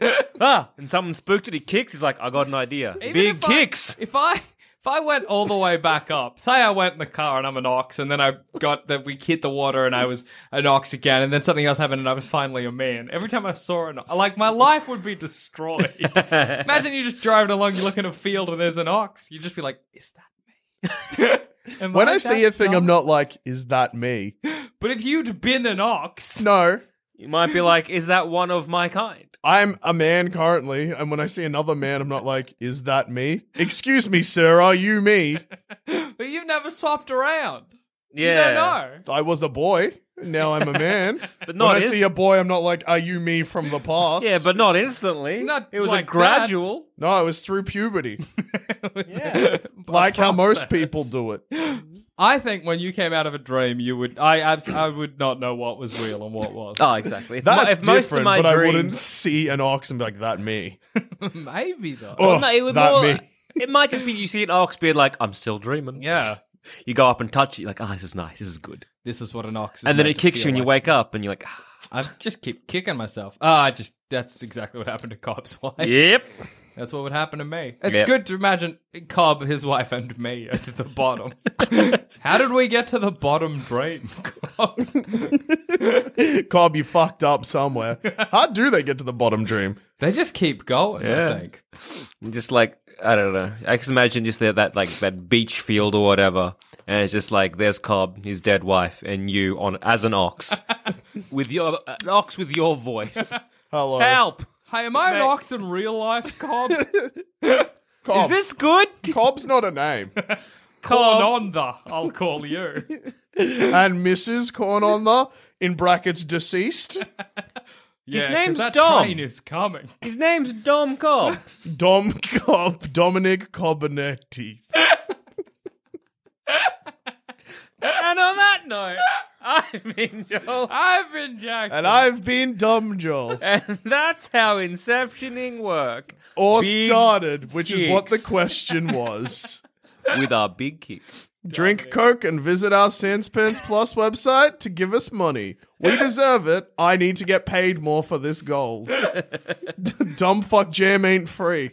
Speaker 4: ah, and someone spooked it. He kicks. He's like, I got an idea.
Speaker 2: Even
Speaker 4: Big
Speaker 2: if I-
Speaker 4: kicks.
Speaker 2: if I if I went all the way back up, say I went in the car and I'm an ox, and then I got that we hit the water and I was an ox again, and then something else happened and I was finally a man. Every time I saw an ox, like my life would be destroyed. Imagine you just driving along, you look in a field and there's an ox. You'd just be like, is that me? Am
Speaker 3: When I see a
Speaker 2: that
Speaker 3: thing, I'm
Speaker 2: dumb?
Speaker 3: not like, is that me?
Speaker 2: But if you'd been an ox,
Speaker 3: No,
Speaker 4: You might be like, is that one of my kind?
Speaker 3: I'm a man currently, and when I see another man, I'm not like, is that me? Excuse me, sir, are you me?
Speaker 2: but you've never swapped around.
Speaker 4: Yeah.
Speaker 2: You don't know.
Speaker 3: I was a boy, now I'm a man.
Speaker 4: But
Speaker 3: when
Speaker 4: not
Speaker 3: I
Speaker 4: inst-
Speaker 3: see a boy, I'm not like, are you me from the past?
Speaker 4: Yeah, but not instantly.
Speaker 2: Not
Speaker 4: it was
Speaker 2: like
Speaker 4: a gradual.
Speaker 3: no, it was through puberty,
Speaker 4: Yeah.
Speaker 3: like how most
Speaker 2: process.
Speaker 3: people do it.
Speaker 2: I think when you came out of a dream, you would. I abs- I would not know what was real and what was.
Speaker 4: oh, exactly. If,
Speaker 3: That's
Speaker 4: mo- if most of
Speaker 3: different,
Speaker 4: my
Speaker 3: but I wouldn't
Speaker 4: dreams,
Speaker 3: see an ox and be like, that me.
Speaker 2: Maybe though.
Speaker 3: Oh,
Speaker 4: no, it would
Speaker 3: that
Speaker 4: more.
Speaker 3: me.
Speaker 4: It might just be you see an ox being like, I'm still dreaming.
Speaker 2: Yeah.
Speaker 4: You go up and touch it. You're like, oh, this is nice. This is good.
Speaker 2: This is what an ox is.
Speaker 4: And then
Speaker 2: meant
Speaker 4: it
Speaker 2: to
Speaker 4: kicks you,
Speaker 2: feel
Speaker 4: and you
Speaker 2: like.
Speaker 4: wake up, and you're like, ah,
Speaker 2: I just keep kicking myself. Ah, I just that's exactly what happened to Cobb's wife.
Speaker 4: yep.
Speaker 2: That's what would happen to me. It's
Speaker 4: Yep.
Speaker 2: good to imagine Cobb, his wife, and me at the bottom. How did we get to the bottom dream, Cobb?
Speaker 3: Cobb, you fucked up somewhere. How do they get to the bottom dream?
Speaker 2: they just keep going.
Speaker 4: Yeah.
Speaker 2: I think.
Speaker 4: And just like I don't know. I just imagine just that, that like that beach field or whatever, and it's just like there's Cobb, his dead wife, and you on as an ox, with your an ox with your voice.
Speaker 3: Hello.
Speaker 4: Help!
Speaker 2: Hey, am I an
Speaker 4: Mate.
Speaker 2: ox in real life, Cobb?
Speaker 3: Cobb.
Speaker 4: Is this good?
Speaker 3: Cobb's not a name.
Speaker 4: Cobb.
Speaker 2: Cornonda, I'll call you.
Speaker 3: and Mrs. Corn on the, in brackets, deceased.
Speaker 2: Yeah, 'cause
Speaker 4: name's
Speaker 2: that
Speaker 4: Dom.
Speaker 2: train is coming.
Speaker 4: His name's Dom Cobb.
Speaker 3: Dom Cobb, Dominic Cobbinetti.
Speaker 4: and on that note, I've been Joel,
Speaker 2: I've been Jackson.
Speaker 3: And I've been dumb, Joel.
Speaker 4: and that's how inceptioning work
Speaker 3: Or
Speaker 4: Big
Speaker 3: started, which is what the
Speaker 4: kicks.
Speaker 3: question was.
Speaker 4: with our big kick.
Speaker 3: Drink Coke and visit our Sanspence Plus website to give us money. We deserve it. I need to get paid more for this gold. Dumb fuck jam ain't free.